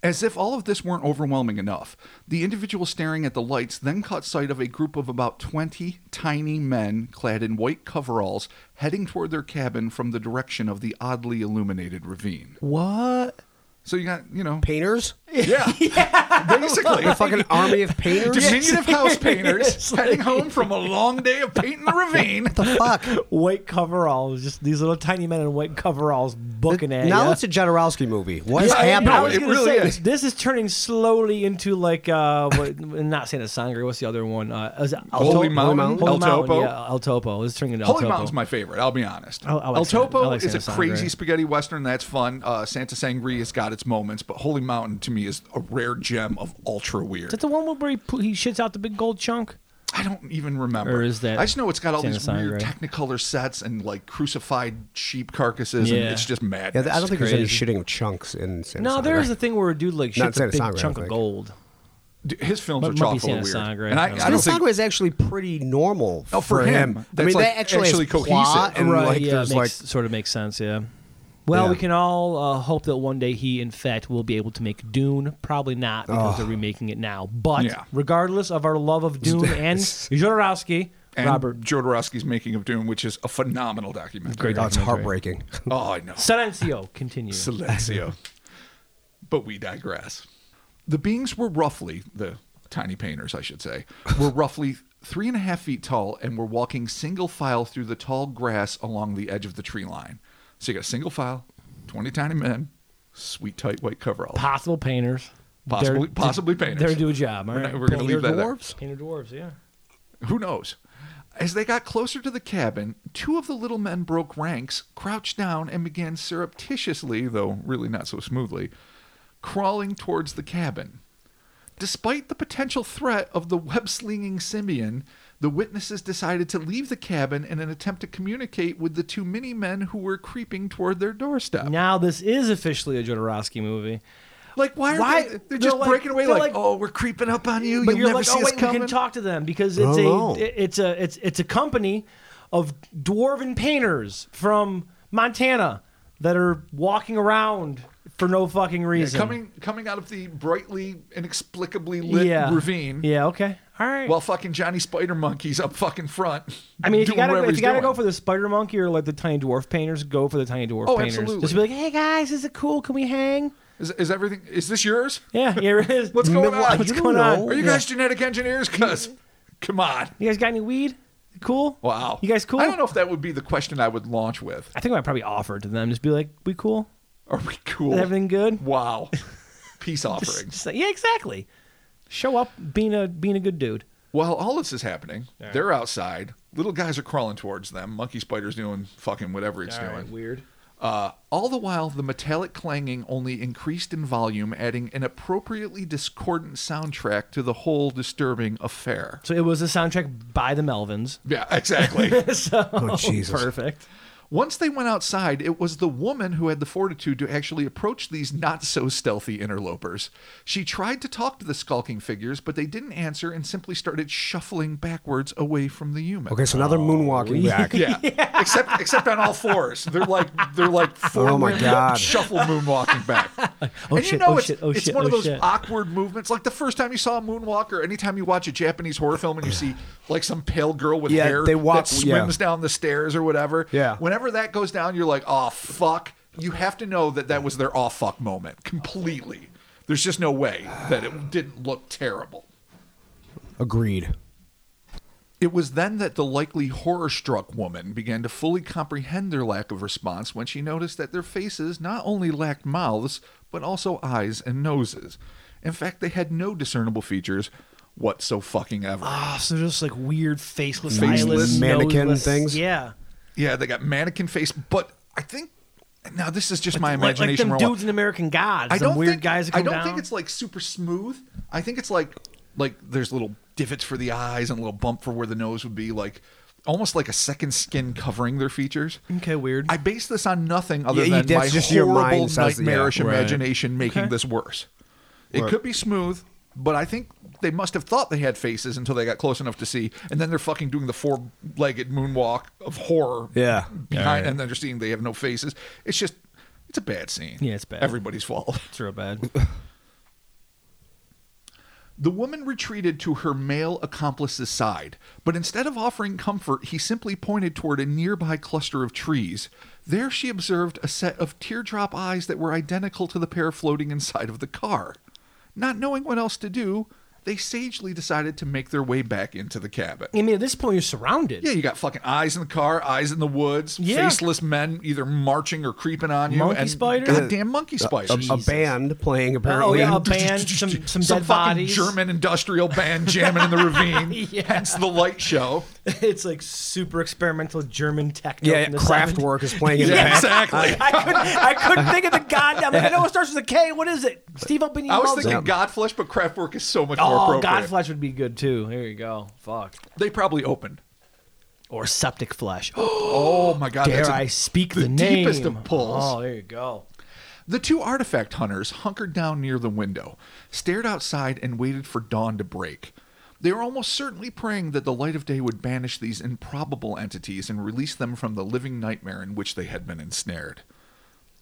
Speaker 3: As if all of this weren't overwhelming enough, the individual staring at the lights then caught sight of a group of about 20 tiny men clad in white coveralls heading toward their cabin from the direction of the oddly illuminated ravine.
Speaker 1: What?
Speaker 3: So you got, you know,
Speaker 2: painters.
Speaker 3: yeah, basically.
Speaker 2: A fucking army of painters.
Speaker 3: Diminutive house painters
Speaker 1: Seriously.
Speaker 3: heading home from a long day of painting the ravine.
Speaker 2: the fuck.
Speaker 1: White coveralls. Just these little tiny men in white coveralls booking at
Speaker 2: now
Speaker 1: ya.
Speaker 2: it's a Jodorowsky movie. What is
Speaker 1: Yeah, I-
Speaker 2: happening?
Speaker 1: I was
Speaker 3: It
Speaker 1: gonna
Speaker 3: really
Speaker 1: say,
Speaker 3: is.
Speaker 1: This is turning slowly into like uh, what, not Santa Sangre. What's the other one? Uh, is it El
Speaker 3: Holy
Speaker 1: To- Holy
Speaker 3: Mountain? El
Speaker 1: Mountain,
Speaker 3: Topo?
Speaker 1: Yeah, El Topo. It's turning into El
Speaker 3: Holy
Speaker 1: Topo.
Speaker 3: Mountain's my favorite. I'll be honest.
Speaker 1: I- I like
Speaker 3: El
Speaker 1: San-
Speaker 3: Topo
Speaker 1: I like
Speaker 3: is a
Speaker 1: Santa Sangre.
Speaker 3: crazy spaghetti western. That's fun. Uh, Santa Sangre has got its moments, but Holy Mountain to me is a rare gem of ultra weird.
Speaker 1: Is that the one where he, pu- he shits out the big gold chunk?
Speaker 3: I don't even remember.
Speaker 1: Or is that
Speaker 3: I just know it's got all
Speaker 1: Santa
Speaker 3: these weird
Speaker 1: Sangre?
Speaker 3: Technicolor sets and like crucified sheep carcasses, and
Speaker 1: Yeah.
Speaker 3: it's just
Speaker 2: Yeah,
Speaker 3: madness.
Speaker 2: I don't think there's any
Speaker 1: crazy.
Speaker 2: shitting of chunks in Santa
Speaker 1: No,
Speaker 2: Sandra.
Speaker 1: there is a thing where a dude like
Speaker 2: Not
Speaker 1: shits a
Speaker 2: Santa
Speaker 1: big
Speaker 2: Sangre, I
Speaker 1: chunk of
Speaker 2: think.
Speaker 1: gold.
Speaker 3: D- His films
Speaker 1: Might-
Speaker 3: are
Speaker 1: might be
Speaker 3: chocolate
Speaker 1: Santa
Speaker 3: weird,
Speaker 1: Sangre.
Speaker 3: and I,
Speaker 1: I don't
Speaker 3: I
Speaker 2: Santa
Speaker 3: don't think
Speaker 2: Sangre is actually pretty normal
Speaker 3: Oh, for him,
Speaker 2: I
Speaker 3: that's,
Speaker 2: mean,
Speaker 3: like,
Speaker 2: that actually,
Speaker 3: actually
Speaker 2: has plot
Speaker 3: cohesive.
Speaker 2: and
Speaker 3: Right,
Speaker 2: like
Speaker 1: yeah,
Speaker 2: there's
Speaker 1: it
Speaker 2: like
Speaker 1: makes, sort of makes sense. Yeah. Well,
Speaker 2: Yeah.
Speaker 1: we can all uh, hope that one day he, in fact, will be able to make Dune. Probably not because they're remaking it now. But
Speaker 3: Yeah.
Speaker 1: regardless of our love of Dune and Jodorowsky,
Speaker 3: and
Speaker 1: Robert,
Speaker 3: Jodorowsky's Making of Doom, which is a phenomenal documentary.
Speaker 1: Great
Speaker 2: oh, it's
Speaker 1: documentary.
Speaker 2: heartbreaking.
Speaker 3: Oh, I know.
Speaker 1: Silencio, continue.
Speaker 3: Silencio. but we digress. The beings were roughly, the tiny painters, I should say, were roughly three and a half feet tall and were walking single file through the tall grass along the edge of the tree line. So you got single file, 20 tiny men, sweet tight white coveralls.
Speaker 1: possible painters.
Speaker 3: Possibly-
Speaker 1: They're-
Speaker 3: possibly painters.
Speaker 1: They're do a job. all
Speaker 3: We're not-
Speaker 1: right.
Speaker 3: we're gonna leave
Speaker 1: Painter
Speaker 3: that there.
Speaker 1: dwarves. Painter dwarves. Yeah.
Speaker 3: Who knows? As they got closer to the cabin, two of the little men broke ranks, crouched down, and began surreptitiously, though really not so smoothly, crawling towards the cabin. Despite the potential threat of the web slinging symbion, the witnesses decided to leave the cabin in an attempt to communicate with the two mini men who were creeping toward their doorstep.
Speaker 1: Now this is officially a Jodorowsky movie.
Speaker 3: Like, why are
Speaker 1: Why-
Speaker 3: they? They're
Speaker 1: they're
Speaker 3: just
Speaker 1: like-
Speaker 3: breaking away,
Speaker 1: they're
Speaker 3: like,
Speaker 1: like-
Speaker 3: oh, we're creeping up on you.
Speaker 1: But
Speaker 3: You'll
Speaker 1: you're
Speaker 3: never
Speaker 1: like,
Speaker 3: see
Speaker 1: oh
Speaker 3: us
Speaker 1: wait, we
Speaker 3: coming. Oh,
Speaker 1: can talk to them because it's a
Speaker 2: Hello.
Speaker 1: it- it's a it's it's a company of dwarven painters from Montana that are walking around for no fucking
Speaker 3: Yeah,
Speaker 1: reason.
Speaker 3: coming, coming out of the brightly, inexplicably lit
Speaker 1: yeah.
Speaker 3: ravine.
Speaker 1: Yeah. Okay. All right.
Speaker 3: Well, fucking Johnny Spider Monkey's up fucking front.
Speaker 1: I mean, if you
Speaker 3: doing
Speaker 1: gotta
Speaker 3: whatever
Speaker 1: if
Speaker 3: he's
Speaker 1: you gotta
Speaker 3: doing.
Speaker 1: go for the spider monkey or like the tiny dwarf painters, go for the tiny dwarf
Speaker 3: Oh,
Speaker 1: painters.
Speaker 3: absolutely.
Speaker 1: Just be like, hey guys, is it cool? Can we hang?
Speaker 3: is, is everything is this yours?
Speaker 1: Yeah. Here it is.
Speaker 3: What's going
Speaker 2: Well,
Speaker 3: on?
Speaker 2: you
Speaker 1: What's
Speaker 2: don't
Speaker 1: going on?
Speaker 2: know.
Speaker 3: Are you guys genetic engineers? Cause come on,
Speaker 1: You guys got any weed? Cool.
Speaker 3: wow.
Speaker 1: You guys cool?
Speaker 3: I don't know if that would be the question I would launch with.
Speaker 1: I think I'd probably offer it to them. Just be like, we cool?
Speaker 3: Are we cool?
Speaker 1: Is everything good?
Speaker 3: Wow. Peace offering.
Speaker 1: Just like, yeah, exactly. Show up being a being a good dude.
Speaker 3: While all this is happening, they're outside. Little guys are crawling towards them. Monkey spider's doing fucking whatever it's doing.
Speaker 1: weird.
Speaker 3: Uh, all the while, the metallic clanging only increased in volume, adding an appropriately discordant soundtrack to the whole disturbing affair.
Speaker 1: So it was a soundtrack by the Melvins.
Speaker 3: Yeah, exactly.
Speaker 1: so
Speaker 2: Oh, Jesus.
Speaker 1: perfect.
Speaker 3: Once they went outside, it was the woman who had the fortitude to actually approach these not so stealthy interlopers. She tried to talk to the skulking figures, but they didn't answer and simply started shuffling backwards away from the human.
Speaker 2: Okay, so now they're moonwalking back.
Speaker 3: Yeah. Except except on all fours. They're like they're like four
Speaker 2: Oh my
Speaker 3: women
Speaker 2: God.
Speaker 3: shuffle moonwalking back.
Speaker 1: oh
Speaker 3: and you
Speaker 1: shit,
Speaker 3: know
Speaker 1: oh
Speaker 3: it's,
Speaker 1: shit, oh
Speaker 3: it's
Speaker 1: shit,
Speaker 3: one of
Speaker 1: oh
Speaker 3: those
Speaker 1: shit.
Speaker 3: awkward movements. Like the first time you saw a moonwalk or anytime you watch a Japanese horror film and you see like some pale girl with
Speaker 2: Yeah,
Speaker 3: hair
Speaker 2: they walk-
Speaker 3: that
Speaker 2: yeah.
Speaker 3: swims down the stairs or whatever.
Speaker 2: Yeah.
Speaker 3: Whenever that goes down, you're like, oh fuck. You have to know that that was their oh fuck moment completely. There's just no way that it didn't look terrible.
Speaker 2: Agreed.
Speaker 3: It was then that the likely horror struck woman began to fully comprehend their lack of response when she noticed that their faces not only lacked mouths, but also eyes and noses. In fact, they had no discernible features what so fucking ever.
Speaker 1: Ah, so they're just like weird faceless,
Speaker 3: Faceless
Speaker 1: eyeless,
Speaker 2: mannequin
Speaker 1: noseless-
Speaker 2: things?
Speaker 1: Yeah.
Speaker 3: Yeah, they got mannequin face, but I think now this is just my
Speaker 1: Like, like
Speaker 3: imagination.
Speaker 1: them
Speaker 3: where I'm-
Speaker 1: dudes in American Gods.
Speaker 3: I
Speaker 1: them
Speaker 3: don't
Speaker 1: weird
Speaker 3: think,
Speaker 1: guys that come
Speaker 3: I don't
Speaker 1: down.
Speaker 3: think it's like super smooth. I think it's like like there's little divots for the eyes and a little bump for where the nose would be, like almost like a second skin covering their features.
Speaker 1: Okay, weird.
Speaker 3: I base this on nothing other
Speaker 2: Yeah, you-
Speaker 3: than my
Speaker 2: that's just your
Speaker 3: horrible
Speaker 2: mind says that, yeah.
Speaker 3: nightmarish
Speaker 4: Right.
Speaker 3: imagination making
Speaker 1: Okay.
Speaker 3: this worse. It
Speaker 4: Right.
Speaker 3: could be smooth, but I think they must have thought they had faces until they got close enough to see, and then they're fucking doing the four-legged moonwalk of horror.
Speaker 2: Yeah.
Speaker 3: behind,
Speaker 4: Yeah,
Speaker 3: and then they're seeing they have no faces. It's just, it's a bad scene.
Speaker 1: Yeah, it's bad.
Speaker 3: Everybody's fault.
Speaker 1: it's real bad.
Speaker 3: The woman retreated to her male accomplice's side, but instead of offering comfort, he simply pointed toward a nearby cluster of trees. There she observed a set of teardrop eyes that were identical to the pair floating inside of the car. Not knowing what else to do, they sagely decided to make their way back into the cabin.
Speaker 1: I mean, at this point, you're surrounded.
Speaker 3: Yeah, you got fucking eyes in the car, eyes in the woods,
Speaker 1: Yeah.
Speaker 3: faceless men either marching or creeping on you,
Speaker 1: Monkey
Speaker 3: and
Speaker 1: spider?
Speaker 3: goddamn monkey spiders.
Speaker 2: A, a band playing
Speaker 1: Oh,
Speaker 2: apparently.
Speaker 1: yeah, a band, some, some,
Speaker 3: some
Speaker 1: dead
Speaker 3: fucking
Speaker 1: bodies.
Speaker 3: German industrial band jamming in the ravine.
Speaker 1: Yeah.
Speaker 3: Hence the light show.
Speaker 1: It's like super experimental German techno.
Speaker 2: Yeah,
Speaker 1: from the
Speaker 2: Kraftwerk is playing in the
Speaker 3: Yeah,
Speaker 2: back.
Speaker 3: exactly.
Speaker 1: I couldn't, I couldn't think of the goddamn. Like, I know it starts with a K. What is it? Steve Albini.
Speaker 3: I was
Speaker 1: loves
Speaker 3: thinking
Speaker 1: it.
Speaker 3: Godflesh, but Kraftwerk is so much more
Speaker 1: Oh,
Speaker 3: appropriate.
Speaker 1: Godflesh would be good too. There you go. Fuck.
Speaker 3: They probably opened.
Speaker 1: Or septic flesh. Oh,
Speaker 3: Oh my god!
Speaker 1: dare
Speaker 3: that's a-
Speaker 1: I speak the,
Speaker 3: the
Speaker 1: name?
Speaker 3: deepest of pulls.
Speaker 1: Oh, there you go.
Speaker 3: The two artifact hunters hunkered down near the window, stared outside, and waited for dawn to break. They were almost certainly praying that the light of day would banish these improbable entities and release them from the living nightmare in which they had been ensnared.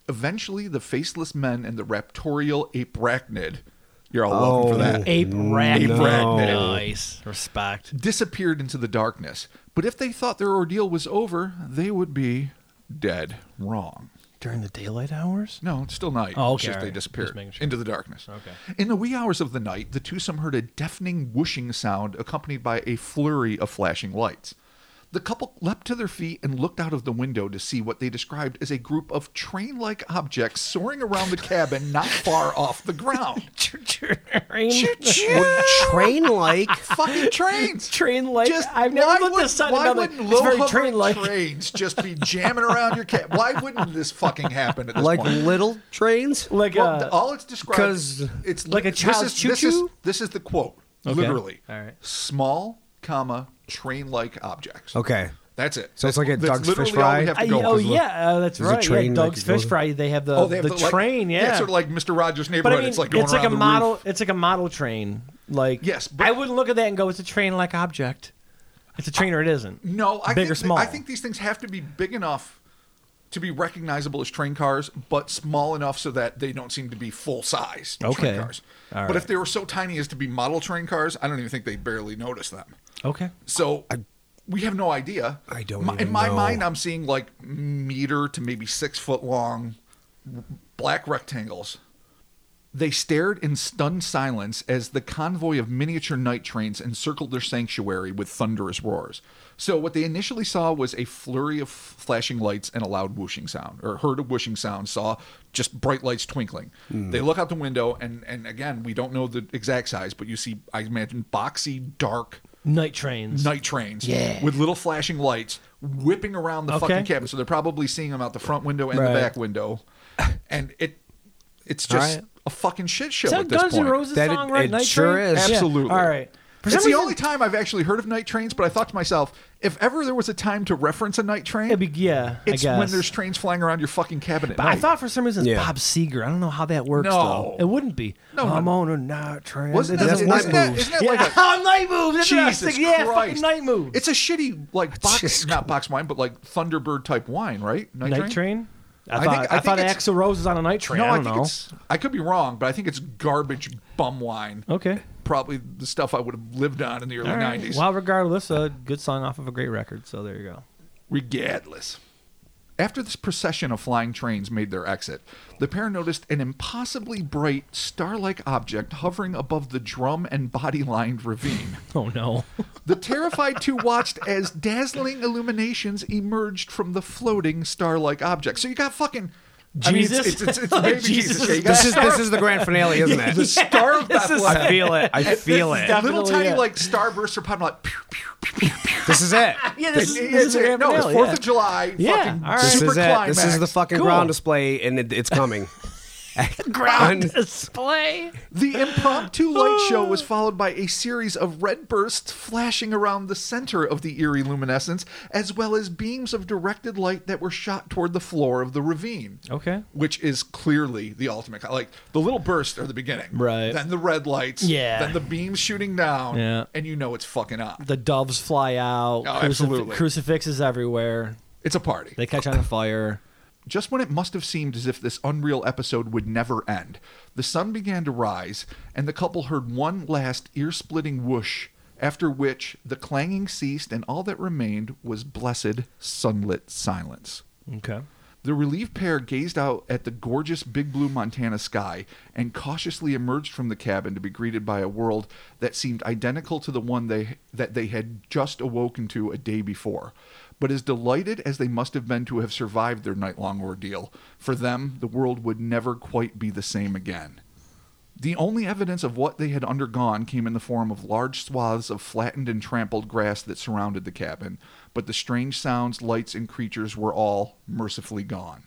Speaker 3: Eventually, the faceless men and the raptorial ape-arachnid, you're all welcome for
Speaker 2: Oh.
Speaker 3: that,
Speaker 1: Ape rat.
Speaker 3: Ape rat.
Speaker 1: Nice. Respect.
Speaker 3: disappeared into the darkness. But if they thought their ordeal was over, they would be dead wrong.
Speaker 1: During the daylight hours?
Speaker 3: No, it's still night.
Speaker 1: Oh,
Speaker 3: It's
Speaker 1: okay,
Speaker 3: just
Speaker 1: all
Speaker 3: they
Speaker 1: right.
Speaker 3: disappeared
Speaker 1: Just making sure.
Speaker 3: into the darkness.
Speaker 1: Okay.
Speaker 3: In the wee hours of the night, the twosome heard a deafening whooshing sound accompanied by a flurry of flashing lights. The couple leapt to their feet and looked out of the window to see what they described as a group of train like objects soaring around the cabin not far off the ground.
Speaker 2: Train like.
Speaker 3: Fucking trains!
Speaker 1: Train like
Speaker 3: Just
Speaker 1: I've never
Speaker 3: why
Speaker 1: looked
Speaker 3: would-
Speaker 1: this side
Speaker 3: Why
Speaker 1: about
Speaker 3: wouldn't
Speaker 1: it. It's
Speaker 3: low
Speaker 1: very
Speaker 3: hovering
Speaker 1: train like.
Speaker 3: trains just be jamming around your cab? Why wouldn't this fucking happen at this
Speaker 2: Like
Speaker 3: point?
Speaker 2: little trains?
Speaker 1: Like
Speaker 3: Well,
Speaker 1: uh,
Speaker 3: th- all it's described
Speaker 2: 'cause
Speaker 3: it's
Speaker 1: like a
Speaker 3: this
Speaker 1: child's
Speaker 3: is- This is,
Speaker 1: choo-choo?
Speaker 3: this is the quote, literally.
Speaker 1: All right.
Speaker 3: Small, comma, train-like objects.
Speaker 2: Okay.
Speaker 3: That's it.
Speaker 2: So it's
Speaker 3: That's-
Speaker 2: like a
Speaker 3: that's
Speaker 2: Doug's
Speaker 3: literally
Speaker 2: Fish
Speaker 3: all
Speaker 2: Fry?
Speaker 3: we have to
Speaker 1: I-
Speaker 3: go
Speaker 1: oh
Speaker 3: with.
Speaker 1: yeah, uh, that's
Speaker 2: There's a
Speaker 1: right.
Speaker 2: train,
Speaker 1: yeah,
Speaker 2: like,
Speaker 1: Doug's
Speaker 2: it
Speaker 1: Fish
Speaker 2: goes-
Speaker 1: Fry. They have the
Speaker 3: Oh, they have
Speaker 1: the,
Speaker 3: like-
Speaker 1: train. Yeah,
Speaker 3: sort of like Mister Rogers'
Speaker 1: But
Speaker 3: neighborhood.
Speaker 1: I mean,
Speaker 3: it's like going
Speaker 1: like
Speaker 3: around
Speaker 1: a
Speaker 3: the
Speaker 1: model.
Speaker 3: Roof.
Speaker 1: It's like a model train. Like
Speaker 3: Yes, but-
Speaker 1: I wouldn't look at that and go, "It's a train like object." It's a train or it isn't.
Speaker 3: No, I
Speaker 1: Big
Speaker 3: think
Speaker 1: or
Speaker 3: th-
Speaker 1: small.
Speaker 3: I think these things have to be big enough to be recognizable as train cars, but small enough so that they don't seem to be full size train
Speaker 1: Okay.
Speaker 3: cars.
Speaker 1: All
Speaker 3: But if
Speaker 1: right.
Speaker 3: they were so tiny as to be model train cars, I don't even think they barely notice them.
Speaker 1: Okay.
Speaker 3: So we have no idea.
Speaker 2: I don't
Speaker 3: My- in
Speaker 2: even
Speaker 3: my
Speaker 2: know.
Speaker 3: mind, I'm seeing like meter to maybe six foot long black rectangles. They stared in stunned silence as the convoy of miniature night trains encircled their sanctuary with thunderous roars. So, what they initially saw was a flurry of flashing lights and a loud whooshing sound, or heard a whooshing sound, saw just bright lights twinkling.
Speaker 2: Hmm.
Speaker 3: They look out the window, and, and again, we don't know the exact size, but you see, I imagine, boxy, dark,
Speaker 1: Night trains.
Speaker 3: night trains
Speaker 1: Yeah.
Speaker 3: with little flashing lights whippking around the
Speaker 1: Okay.
Speaker 3: fucking cabin. So they're probably seeing them out the front window and the
Speaker 1: Right.
Speaker 3: back window, and it it's just
Speaker 2: Alright.
Speaker 3: a fucking shit show
Speaker 1: Is that
Speaker 3: at this
Speaker 1: Guns N'
Speaker 3: point.
Speaker 1: Roses
Speaker 2: That it-
Speaker 1: song, right?
Speaker 2: it
Speaker 1: Night
Speaker 2: sure
Speaker 1: train?
Speaker 2: is.
Speaker 1: Yeah.
Speaker 3: Absolutely.
Speaker 1: All right. For some
Speaker 3: it's the
Speaker 1: reason-
Speaker 3: only time I've actually heard of night trains, but I thought to myself, if ever there was a time to reference a night train,
Speaker 1: It'd be- yeah, I
Speaker 3: it's
Speaker 1: guess.
Speaker 3: when there's trains flying around your fucking cabin at
Speaker 1: But I
Speaker 3: night.
Speaker 1: thought for some reason it's
Speaker 2: Yeah.
Speaker 1: Bob Seger. I don't know how that works.
Speaker 3: No.
Speaker 1: though. it wouldn't be.
Speaker 3: No,
Speaker 1: I'm
Speaker 3: no.
Speaker 1: on a night train.
Speaker 3: Wasn't
Speaker 1: It
Speaker 3: that,
Speaker 1: doesn't
Speaker 2: night
Speaker 1: work.
Speaker 3: isn't that,
Speaker 2: move.
Speaker 3: isn't that
Speaker 1: yeah,
Speaker 3: like a
Speaker 1: night move. That's what I was
Speaker 3: Jesus
Speaker 1: thinking. Yeah, fucking
Speaker 3: Christ.
Speaker 1: night move.
Speaker 3: It's a shitty like box,
Speaker 2: Jesus
Speaker 3: not box wine, but like Thunderbird type wine, right?
Speaker 1: night train. I,
Speaker 3: I
Speaker 1: thought
Speaker 3: think-
Speaker 1: I,
Speaker 3: I
Speaker 1: thought
Speaker 3: think it's-
Speaker 1: Axl Rose was on a night train.
Speaker 3: No,
Speaker 1: I
Speaker 3: I,
Speaker 1: don't
Speaker 3: think
Speaker 1: know.
Speaker 3: it's. I could be wrong, but I think it's garbage bum wine.
Speaker 1: okay.
Speaker 3: Probably the stuff I would have lived on in the early
Speaker 1: All right.
Speaker 3: '90s.
Speaker 1: Well, regardless, a good song off of a great record. So there you go.
Speaker 3: Regardless. After this procession of flying trains made their exit, the pair noticed an impossibly bright, star like object hovering above the drum and body lined ravine.
Speaker 1: Oh no.
Speaker 3: The terrified two watched as dazzling illuminations emerged from the floating star like object. So you got fucking. I mean, it's-
Speaker 1: Jesus?
Speaker 3: it's, it's, it's baby Jesus.
Speaker 1: Jesus
Speaker 3: yeah, you got
Speaker 2: This is this is the grand finale, isn't
Speaker 3: the
Speaker 2: it?
Speaker 3: star of
Speaker 1: This is-
Speaker 2: I
Speaker 3: Bethlehem.
Speaker 2: feel it. I feel it.
Speaker 3: Little
Speaker 1: Definitely
Speaker 3: tiny
Speaker 1: it.
Speaker 3: like starburst or pop, like. Pew, pew, pew, pew.
Speaker 2: This is it.
Speaker 1: yeah, this is,
Speaker 3: It's-
Speaker 1: this is
Speaker 3: it's-
Speaker 1: Grand
Speaker 3: no, it's
Speaker 1: Finale,
Speaker 3: Fourth
Speaker 1: yeah.
Speaker 3: of July.
Speaker 1: Yeah,
Speaker 3: fucking
Speaker 1: all right.
Speaker 2: This
Speaker 3: super
Speaker 2: is it. This is the
Speaker 3: climax.
Speaker 2: fucking
Speaker 1: Cool.
Speaker 2: ground display, and it, it's coming.
Speaker 1: Ground display.
Speaker 3: The impromptu light show was followed by a series of red bursts flashing around the center of the eerie luminescence, as well as beams of directed light that were shot toward the floor of the ravine.
Speaker 1: Okay.
Speaker 3: Which is clearly the ultimate. Like the little bursts are the beginning,
Speaker 1: Right.
Speaker 3: Then the red lights,
Speaker 1: Yeah.
Speaker 3: Then the beams shooting down,
Speaker 1: Yeah.
Speaker 3: And you know it's fucking on.
Speaker 1: The doves fly out.
Speaker 3: Oh, absolutely.
Speaker 1: Crucifixes everywhere.
Speaker 3: It's a party.
Speaker 1: They catch on fire.
Speaker 3: Just when it must have seemed as if this unreal episode would never end, the sun began to rise, and the couple heard one last ear splitting whoosh, after which the clanging ceased, and all that remained was blessed, sunlit silence.
Speaker 1: Okay.
Speaker 3: The relieved pair gazed out at the gorgeous big blue Montana sky and cautiously emerged from the cabin to be greeted by a world that seemed identical to the one they that they had just awoken to a day before. But as delighted as they must have been to have survived their night-long ordeal, for them the world would never quite be the same again. The only evidence of what they had undergone came in the form of large swaths of flattened and trampled grass that surrounded the cabin, but the strange sounds, lights, and creatures were all mercifully gone.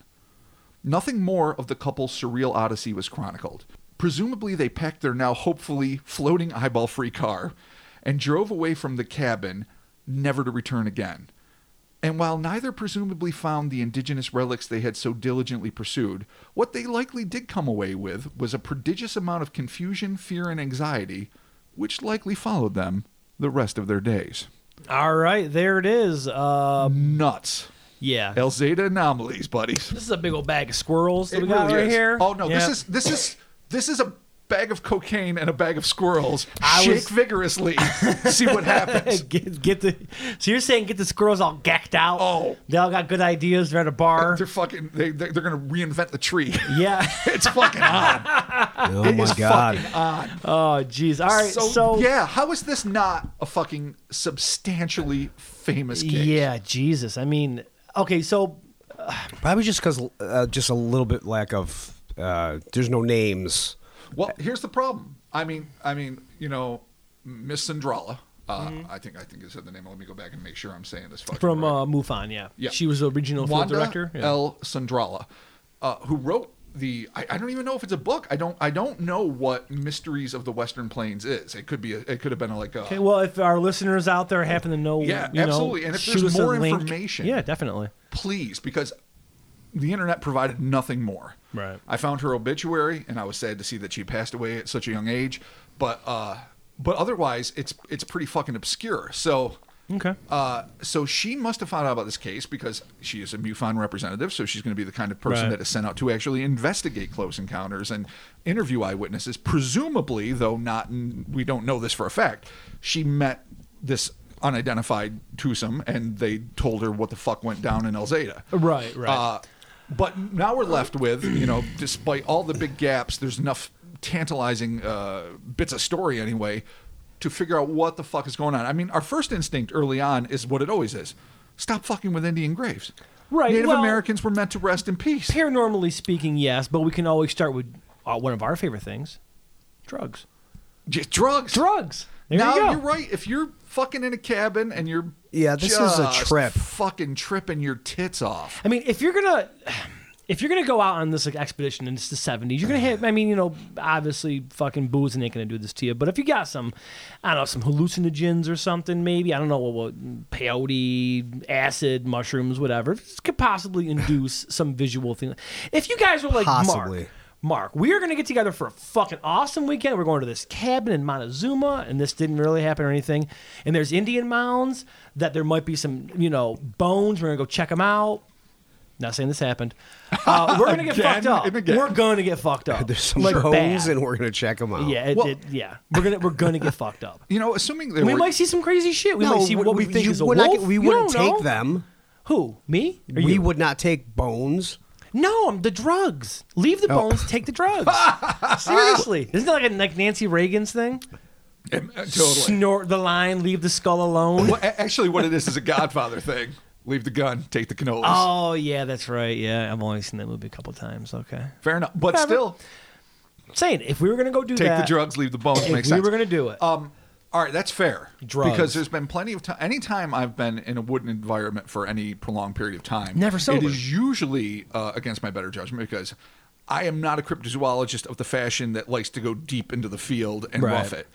Speaker 3: Nothing more of the couple's surreal odyssey was chronicled. Presumably, they packed their now hopefully floating eyeball free car and drove away from the cabin, never to return again. And while neither presumably found the indigenous relics they had so diligently pursued, what they likely did come away with was a prodigious amount of confusion, fear, and anxiety, which likely followed them the rest of their days.
Speaker 1: All right, there it is. Uh,
Speaker 3: Nuts.
Speaker 1: yeah.
Speaker 3: El Zeta anomalies, buddies.
Speaker 1: This is a big old bag of squirrels that
Speaker 3: It
Speaker 1: we got
Speaker 3: really
Speaker 1: right
Speaker 3: is.
Speaker 1: here.
Speaker 3: Oh no,
Speaker 1: Yeah.
Speaker 3: this is this is this is a bag of cocaine and a bag of squirrels.
Speaker 1: I
Speaker 3: Shake
Speaker 1: was-
Speaker 3: vigorously, see what happens.
Speaker 1: get, get the. So you're saying get the squirrels all gacked out?
Speaker 3: Oh.
Speaker 1: they all got good ideas. They're at a bar.
Speaker 3: They're fucking. They, they're, they're gonna reinvent the tree.
Speaker 1: yeah.
Speaker 3: It's fucking odd.
Speaker 2: Oh
Speaker 3: It
Speaker 2: my
Speaker 3: is
Speaker 2: god.
Speaker 3: fucking odd.
Speaker 1: Oh, jeez. All right. So,
Speaker 3: so, yeah, how is this not a fucking substantially famous case?
Speaker 1: yeah, Jesus. I mean, okay. So
Speaker 2: Probably just because uh, just a little bit lack of. Uh, there's no names.
Speaker 3: Well, here's the problem. I mean, I mean, you know, Miss Sandrala. Uh,
Speaker 1: Mm-hmm.
Speaker 3: I think I think I said the name. Let me go back and make sure I'm saying this fucking
Speaker 1: from
Speaker 3: right.
Speaker 1: uh, MUFON, yeah.
Speaker 3: Yeah.
Speaker 1: she was the original
Speaker 3: Wanda
Speaker 1: field director. Yeah.
Speaker 3: L. Sandrala, uh, who wrote the. I, I don't even know if it's a book. I don't. I don't know what Mysteries of the Western Plains is. It could be. A, it could have been like a.
Speaker 1: Okay, well, if our listeners out there happen to know,
Speaker 3: Yeah,
Speaker 1: you know,
Speaker 3: absolutely. And if
Speaker 1: shoot
Speaker 3: there's
Speaker 1: us a
Speaker 3: more
Speaker 1: link.
Speaker 3: information-
Speaker 1: yeah, definitely.
Speaker 3: please, because the internet provided nothing more.
Speaker 1: Right.
Speaker 3: I found her obituary, and I was sad to see that she passed away at such a young age. But uh, but otherwise, it's it's pretty fucking obscure. So.
Speaker 1: Okay.
Speaker 3: Uh, so she must have found out about this case because she is a MUFON representative. So she's going to be the kind of person
Speaker 1: Right.
Speaker 3: that is sent out to actually investigate close encounters and interview eyewitnesses. Presumably, though not, we don't know this for a fact. She met this unidentified twosome, and they told her what the fuck went down in El Zeta.
Speaker 1: Right, right.
Speaker 3: Uh, but now we're left with, you know, despite all the big gaps, there's enough tantalizing uh, bits of story anyway to figure out what the fuck is going on. I mean, our first instinct early on is what it always is stop fucking with Indian graves.
Speaker 1: Right,
Speaker 3: Native
Speaker 1: well-
Speaker 3: Americans were meant to rest in peace.
Speaker 1: Paranormally speaking, yes, but we can always start with uh, one of our favorite things: drugs.
Speaker 3: Just drugs.
Speaker 1: Drugs. There
Speaker 3: now
Speaker 1: you go.
Speaker 3: are right. If you're fucking in a cabin and you're
Speaker 2: Yeah, this is a
Speaker 3: just
Speaker 2: trip.
Speaker 3: fucking tripping your tits off.
Speaker 1: I mean, if you're gonna, if you're gonna go out on this like, expedition and it's the 70s, you're gonna hit. I mean, you know, obviously, fucking booze ain't gonna do this to you. But if you got some, I don't know, some hallucinogens or something, maybe I don't know what, what peyote, acid, mushrooms, whatever, this could possibly induce some visual thing. If you guys were like
Speaker 2: Possibly.
Speaker 1: Mark. Mark, we are going to get together for a fucking awesome weekend. We're going to this cabin in Montezuma, and this didn't really happen or anything. And there's Indian mounds that there might be some, you know, bones. We're going to go check them out. Not saying this happened. Uh, we're going to get
Speaker 3: Again
Speaker 1: fucked up.
Speaker 3: and again.
Speaker 1: We're going to get fucked up.
Speaker 2: There's some
Speaker 1: Like,
Speaker 2: bones,
Speaker 1: bad.
Speaker 2: and we're gonna check them out.
Speaker 1: yeah, it,
Speaker 3: Well-
Speaker 1: it, yeah. We're gonna we're gonna get fucked up.
Speaker 3: You know, assuming there
Speaker 1: We
Speaker 3: were,
Speaker 1: might see some crazy shit. We might see what we think
Speaker 2: you-
Speaker 1: is a
Speaker 2: we're
Speaker 1: wolf.
Speaker 2: not- we
Speaker 1: You
Speaker 2: wouldn't
Speaker 1: don't
Speaker 2: take
Speaker 1: know.
Speaker 2: them.
Speaker 1: Who? Me? Or
Speaker 2: We
Speaker 1: you?
Speaker 2: would not take bones.
Speaker 1: No, I'm the drugs. Leave the bones, take the drugs. Seriously. Isn't that like a like Nancy Reagan's thing?
Speaker 3: Um, uh, totally.
Speaker 1: Snort the line, leave the skull alone.
Speaker 3: Well, a- actually, what it is is a Godfather thing. Leave the gun, take the cannolis.
Speaker 1: Oh yeah, that's right. Yeah, I've only seen that movie a couple times. Okay.
Speaker 3: Fair enough, but
Speaker 1: Whatever.
Speaker 3: still,
Speaker 1: Saying if we were gonna go do
Speaker 3: take
Speaker 1: that,
Speaker 3: the drugs, leave the bones.
Speaker 1: if
Speaker 3: makes
Speaker 1: we
Speaker 3: sense.
Speaker 1: were gonna do it.
Speaker 3: Um, all right, that's fair.
Speaker 1: Drugs.
Speaker 3: Because there's been plenty of time. Anytime I've been in a wooden environment for any prolonged period of time,
Speaker 1: Never
Speaker 3: It
Speaker 1: sober.
Speaker 3: is usually uh, against my better judgment because I am not a cryptozoologist of the fashion that likes to go deep into the field and
Speaker 1: Right.
Speaker 3: rough it.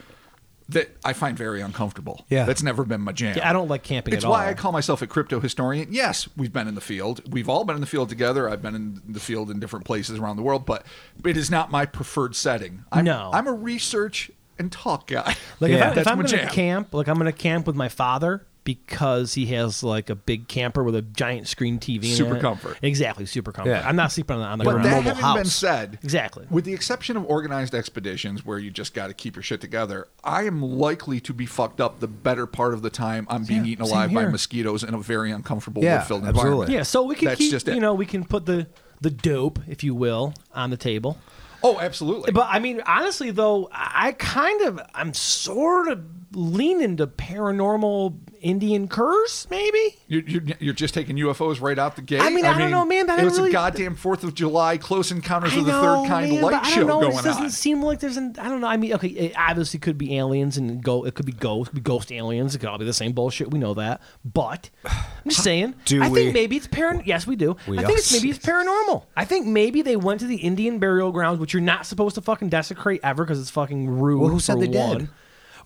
Speaker 3: That I find very uncomfortable.
Speaker 2: Yeah.
Speaker 3: that's never been my jam.
Speaker 1: Yeah, I don't like camping
Speaker 3: It's
Speaker 1: at
Speaker 3: why
Speaker 1: all.
Speaker 3: I call myself a crypto historian. Yes, we've been in the field. We've all been in the field together. I've been in the field in different places around the world, but it is not my preferred setting. I'm,
Speaker 1: No.
Speaker 3: I'm a research and talk guy.
Speaker 1: Like
Speaker 2: Yeah.
Speaker 1: if, I, if
Speaker 3: That's
Speaker 1: I'm
Speaker 3: my
Speaker 1: gonna
Speaker 3: jam.
Speaker 1: camp, like I'm gonna camp with my father because he has like a big camper with a giant screen TV. in
Speaker 3: Super
Speaker 1: it.
Speaker 3: comfort.
Speaker 1: Exactly, super comfort.
Speaker 2: Yeah.
Speaker 1: I'm not sleeping on the, on the
Speaker 3: But
Speaker 1: ground.
Speaker 3: that
Speaker 2: normal
Speaker 3: having been
Speaker 2: house.
Speaker 3: said,
Speaker 1: Exactly.
Speaker 3: with the exception of organized expeditions where you just got to keep your shit together, I am likely to be fucked up the better part of the time I'm being
Speaker 1: Yeah,
Speaker 3: eaten
Speaker 1: same
Speaker 3: alive by
Speaker 1: here.
Speaker 3: mosquitoes in a very uncomfortable,
Speaker 2: Yeah,
Speaker 3: wood-filled
Speaker 2: absolutely.
Speaker 3: environment.
Speaker 1: Yeah, so we can
Speaker 3: That's
Speaker 1: keep
Speaker 3: just it.
Speaker 1: you know we can put the the dope, if you will, on the table.
Speaker 3: Oh, absolutely.
Speaker 1: But I mean, honestly, though, I kind of I'm sort of leaning to paranormal Indian curse, maybe.
Speaker 3: You're, you're, you're just taking UFOs right out the gate.
Speaker 1: I mean, I don't know, man, but I
Speaker 3: it
Speaker 1: don't
Speaker 3: was
Speaker 1: really-
Speaker 3: a goddamn Fourth of July, Close Encounters
Speaker 1: I
Speaker 3: of the
Speaker 1: know,
Speaker 3: Third Kind
Speaker 1: man,
Speaker 3: light
Speaker 1: but I
Speaker 3: show
Speaker 1: don't know.
Speaker 3: going
Speaker 1: this doesn't
Speaker 3: on.
Speaker 1: seem like there's an. I don't know. I mean, okay, it obviously could be aliens and go. It could be ghosts. It could be ghost aliens. It could all be the same bullshit. We know that. But I'm just saying.
Speaker 2: Do
Speaker 1: I
Speaker 2: we?
Speaker 1: think maybe it's paran. Yes, we do.
Speaker 2: We
Speaker 1: I think
Speaker 2: are-
Speaker 1: it's maybe it's paranormal. I think maybe they went to the Indian burial grounds, which you're not supposed to fucking desecrate ever because it's fucking rude.
Speaker 2: Well, who said
Speaker 1: for
Speaker 2: they did?
Speaker 1: one.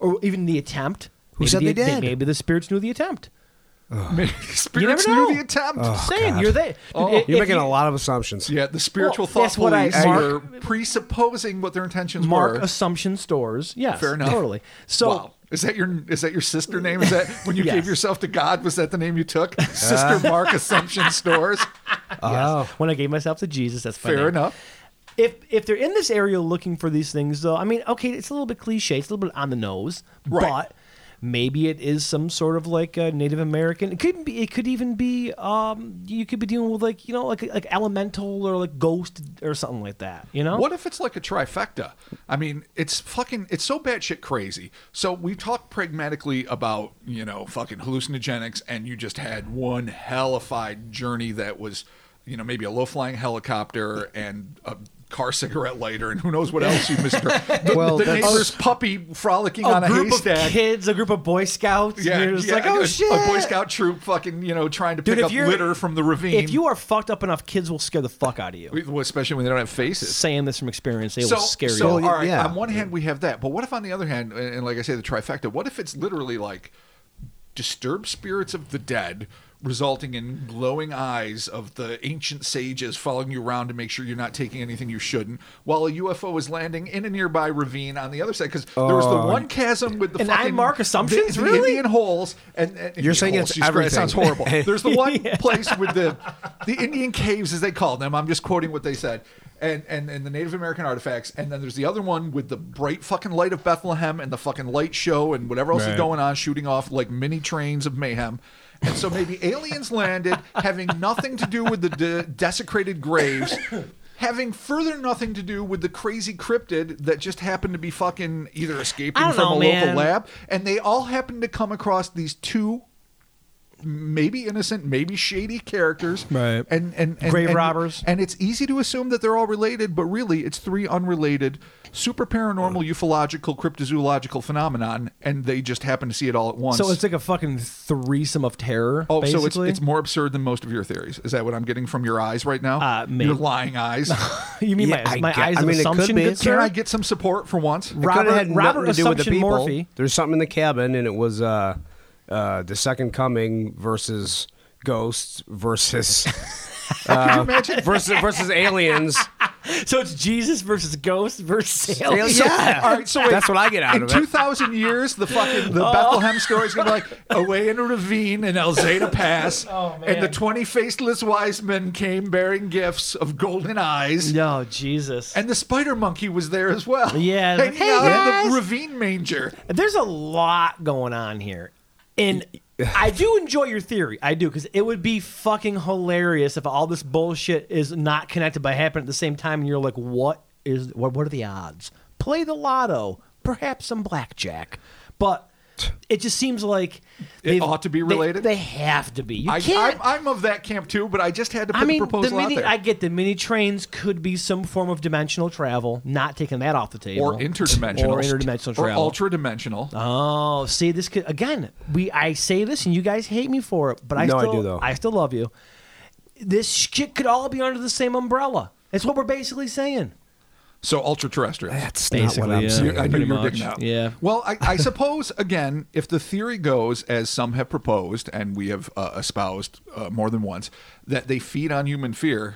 Speaker 1: Or even the attempt.
Speaker 2: Who
Speaker 1: Maybe
Speaker 2: said
Speaker 1: the-
Speaker 2: they did?
Speaker 1: Maybe the spirits knew the attempt.
Speaker 3: Spirits
Speaker 1: You never know.
Speaker 3: knew the attempt.
Speaker 1: Just saying, you're there. Dude, i-
Speaker 2: Oh, You're
Speaker 1: if
Speaker 2: making
Speaker 1: you-
Speaker 2: a lot of assumptions.
Speaker 3: Yeah, the spiritual
Speaker 1: Well,
Speaker 3: thought
Speaker 1: that's what I-
Speaker 3: police
Speaker 1: Mark-
Speaker 3: were presupposing what their intentions
Speaker 1: Mark
Speaker 3: were.
Speaker 1: assumption stores. Yes,
Speaker 3: Fair enough.
Speaker 1: Totally. So
Speaker 3: wow. Is that your is that your sister name? Is that when you
Speaker 1: Yes.
Speaker 3: gave yourself to God? Was that the name you took? Sister Mark Assumption Stores.
Speaker 2: Oh.
Speaker 1: when I gave myself to Jesus, that's my
Speaker 3: Fair
Speaker 1: name.
Speaker 3: enough.
Speaker 1: If if they're in this area looking for these things, though, I mean, okay, it's a little bit cliche, it's a little bit on the nose,
Speaker 3: Right.
Speaker 1: but maybe it is some sort of like a Native American. It could be. It could even be. Um, you could be dealing with like you know like like elemental or like ghost or something like that. You know
Speaker 3: What if it's like a trifecta? I mean, it's fucking, it's so batshit crazy. So we talked pragmatically about, you know, fucking hallucinogenics, and you just had one hellified journey that was, you know, maybe a low flying helicopter and a car cigarette lighter, and who knows what else you missed. The,
Speaker 2: Well,
Speaker 3: the
Speaker 2: that's-
Speaker 3: neighbor's puppy frolicking on
Speaker 1: A
Speaker 3: a
Speaker 1: group of
Speaker 3: haystack.
Speaker 1: kids, a group of Boy Scouts.
Speaker 3: yeah,
Speaker 1: and you're just
Speaker 3: yeah,
Speaker 1: like, oh
Speaker 3: a,
Speaker 1: shit!
Speaker 3: a Boy Scout troop fucking, you know, trying to
Speaker 1: Dude,
Speaker 3: pick
Speaker 1: if
Speaker 3: up
Speaker 1: you're-
Speaker 3: litter from the ravine.
Speaker 1: If you are fucked up enough, kids will scare the fuck out of you.
Speaker 3: especially when they don't have faces.
Speaker 1: Saying this from experience, they will scare you.
Speaker 3: so, all right,
Speaker 2: yeah.
Speaker 3: on one hand we have that, but what if on the other hand, and and like I say, the trifecta? What if it's literally like disturbed spirits of the dead, resulting in glowing eyes of the ancient sages following you around to make sure you're not taking anything you shouldn't, while a UFO is landing in a nearby ravine on the other side? Because there was the
Speaker 2: Uh,
Speaker 3: one chasm with the
Speaker 1: And I
Speaker 3: fucking
Speaker 1: mark assumptions,
Speaker 3: the, the
Speaker 1: really?
Speaker 3: Indian holes, and, and Indian
Speaker 2: saying
Speaker 3: holes,
Speaker 2: it's
Speaker 3: Jesus Christ, That sounds
Speaker 2: everything.
Speaker 3: horrible. There's the one place with the the Indian caves, as they call them. I'm just quoting what they said. And, and and the Native American artifacts, and then there's the other one with the bright fucking light of Bethlehem and the fucking light show and whatever else is
Speaker 2: Right.
Speaker 3: going on, shooting off like mini trains of mayhem. And so maybe aliens landed, having nothing to do with the de- desecrated graves, having further nothing to do with the crazy cryptid that just happened to be fucking either escaping
Speaker 1: I
Speaker 3: from
Speaker 1: don't
Speaker 3: a
Speaker 1: know,
Speaker 3: local
Speaker 1: man.
Speaker 3: lab, and they all happened to come across these two maybe innocent, maybe shady characters,
Speaker 4: Right.
Speaker 3: And and, and
Speaker 1: Grave
Speaker 3: and-
Speaker 1: robbers.
Speaker 3: and it's easy to assume that they're all related, but really, it's three unrelated, super paranormal, ufological, cryptozoological phenomenon, and they just happen to see it all at once.
Speaker 1: So it's like a fucking threesome of terror.
Speaker 3: Oh,
Speaker 1: basically.
Speaker 3: so it's, it's more absurd than most of your theories. Is that what I'm getting from your eyes right now?
Speaker 1: Uh, maybe.
Speaker 3: Your lying eyes.
Speaker 1: you mean
Speaker 2: Yeah,
Speaker 1: my,
Speaker 2: I
Speaker 1: my
Speaker 2: get-
Speaker 1: eyes
Speaker 2: I
Speaker 1: of
Speaker 2: mean, it could
Speaker 1: assumption,
Speaker 2: be.
Speaker 1: good
Speaker 3: Can
Speaker 1: sir?
Speaker 3: I get some support for once?
Speaker 1: Robert-
Speaker 2: Could've had nothing
Speaker 1: Robert
Speaker 2: to do with the
Speaker 1: Assumption
Speaker 2: people.
Speaker 1: Morphy.
Speaker 2: There's something in the cabin, and it was uh, uh, the second coming versus ghosts versus
Speaker 1: Uh,
Speaker 3: Can you imagine?
Speaker 2: versus versus aliens.
Speaker 1: so it's Jesus versus ghost versus
Speaker 2: Alien-
Speaker 1: aliens.
Speaker 2: yeah,
Speaker 3: All right, so wait.
Speaker 2: that's what I get out
Speaker 3: In
Speaker 2: of it.
Speaker 3: two thousand years, the fucking
Speaker 1: Oh.
Speaker 3: the Bethlehem story is gonna be like away in a ravine in El Zeta Pass,
Speaker 1: Oh, man.
Speaker 3: and the twenty faceless wise men came bearing gifts of golden eyes,
Speaker 1: No, Jesus.
Speaker 3: and the spider monkey was there as well.
Speaker 1: Yeah, it's like,
Speaker 3: hanging
Speaker 1: "Hey,
Speaker 3: out in
Speaker 1: guys."
Speaker 3: the ravine manger.
Speaker 1: There's a lot going on here. And I do enjoy your theory. I do, because it would be fucking hilarious if all this bullshit is not connected by happening at the same time and you're like, what is what what are the odds? Play the lotto, perhaps some blackjack. But it just seems like they've-
Speaker 3: ought to be
Speaker 1: they-
Speaker 3: related?
Speaker 1: They, have to be. You
Speaker 3: I,
Speaker 1: can't.
Speaker 3: I'm, I'm of that camp too, but I just had to put
Speaker 1: I mean,
Speaker 3: the
Speaker 1: the
Speaker 3: proposal
Speaker 1: mini,
Speaker 3: out there.
Speaker 1: I get the mini trains could be some form of dimensional travel. Not taking that off the table.
Speaker 3: or interdimensional,
Speaker 1: Or interdimensional
Speaker 3: or
Speaker 1: travel.
Speaker 3: ultra dimensional.
Speaker 1: Oh, see, this could again. We I say this, and you guys hate me for it, but I
Speaker 2: No, I
Speaker 1: still,
Speaker 2: do, though.
Speaker 1: I still love you. This shit could all be under the same umbrella. That's what we're basically saying.
Speaker 3: so ultra terrestrial.
Speaker 2: That's
Speaker 4: Basically,
Speaker 2: not what I'm
Speaker 4: yeah.
Speaker 2: saying.
Speaker 3: I knew
Speaker 4: pretty
Speaker 3: you were
Speaker 4: much,
Speaker 3: digging out.
Speaker 1: yeah.
Speaker 3: Well, I, I suppose again, if the theory goes as some have proposed and we have uh, espoused uh, more than once, that they feed on human fear.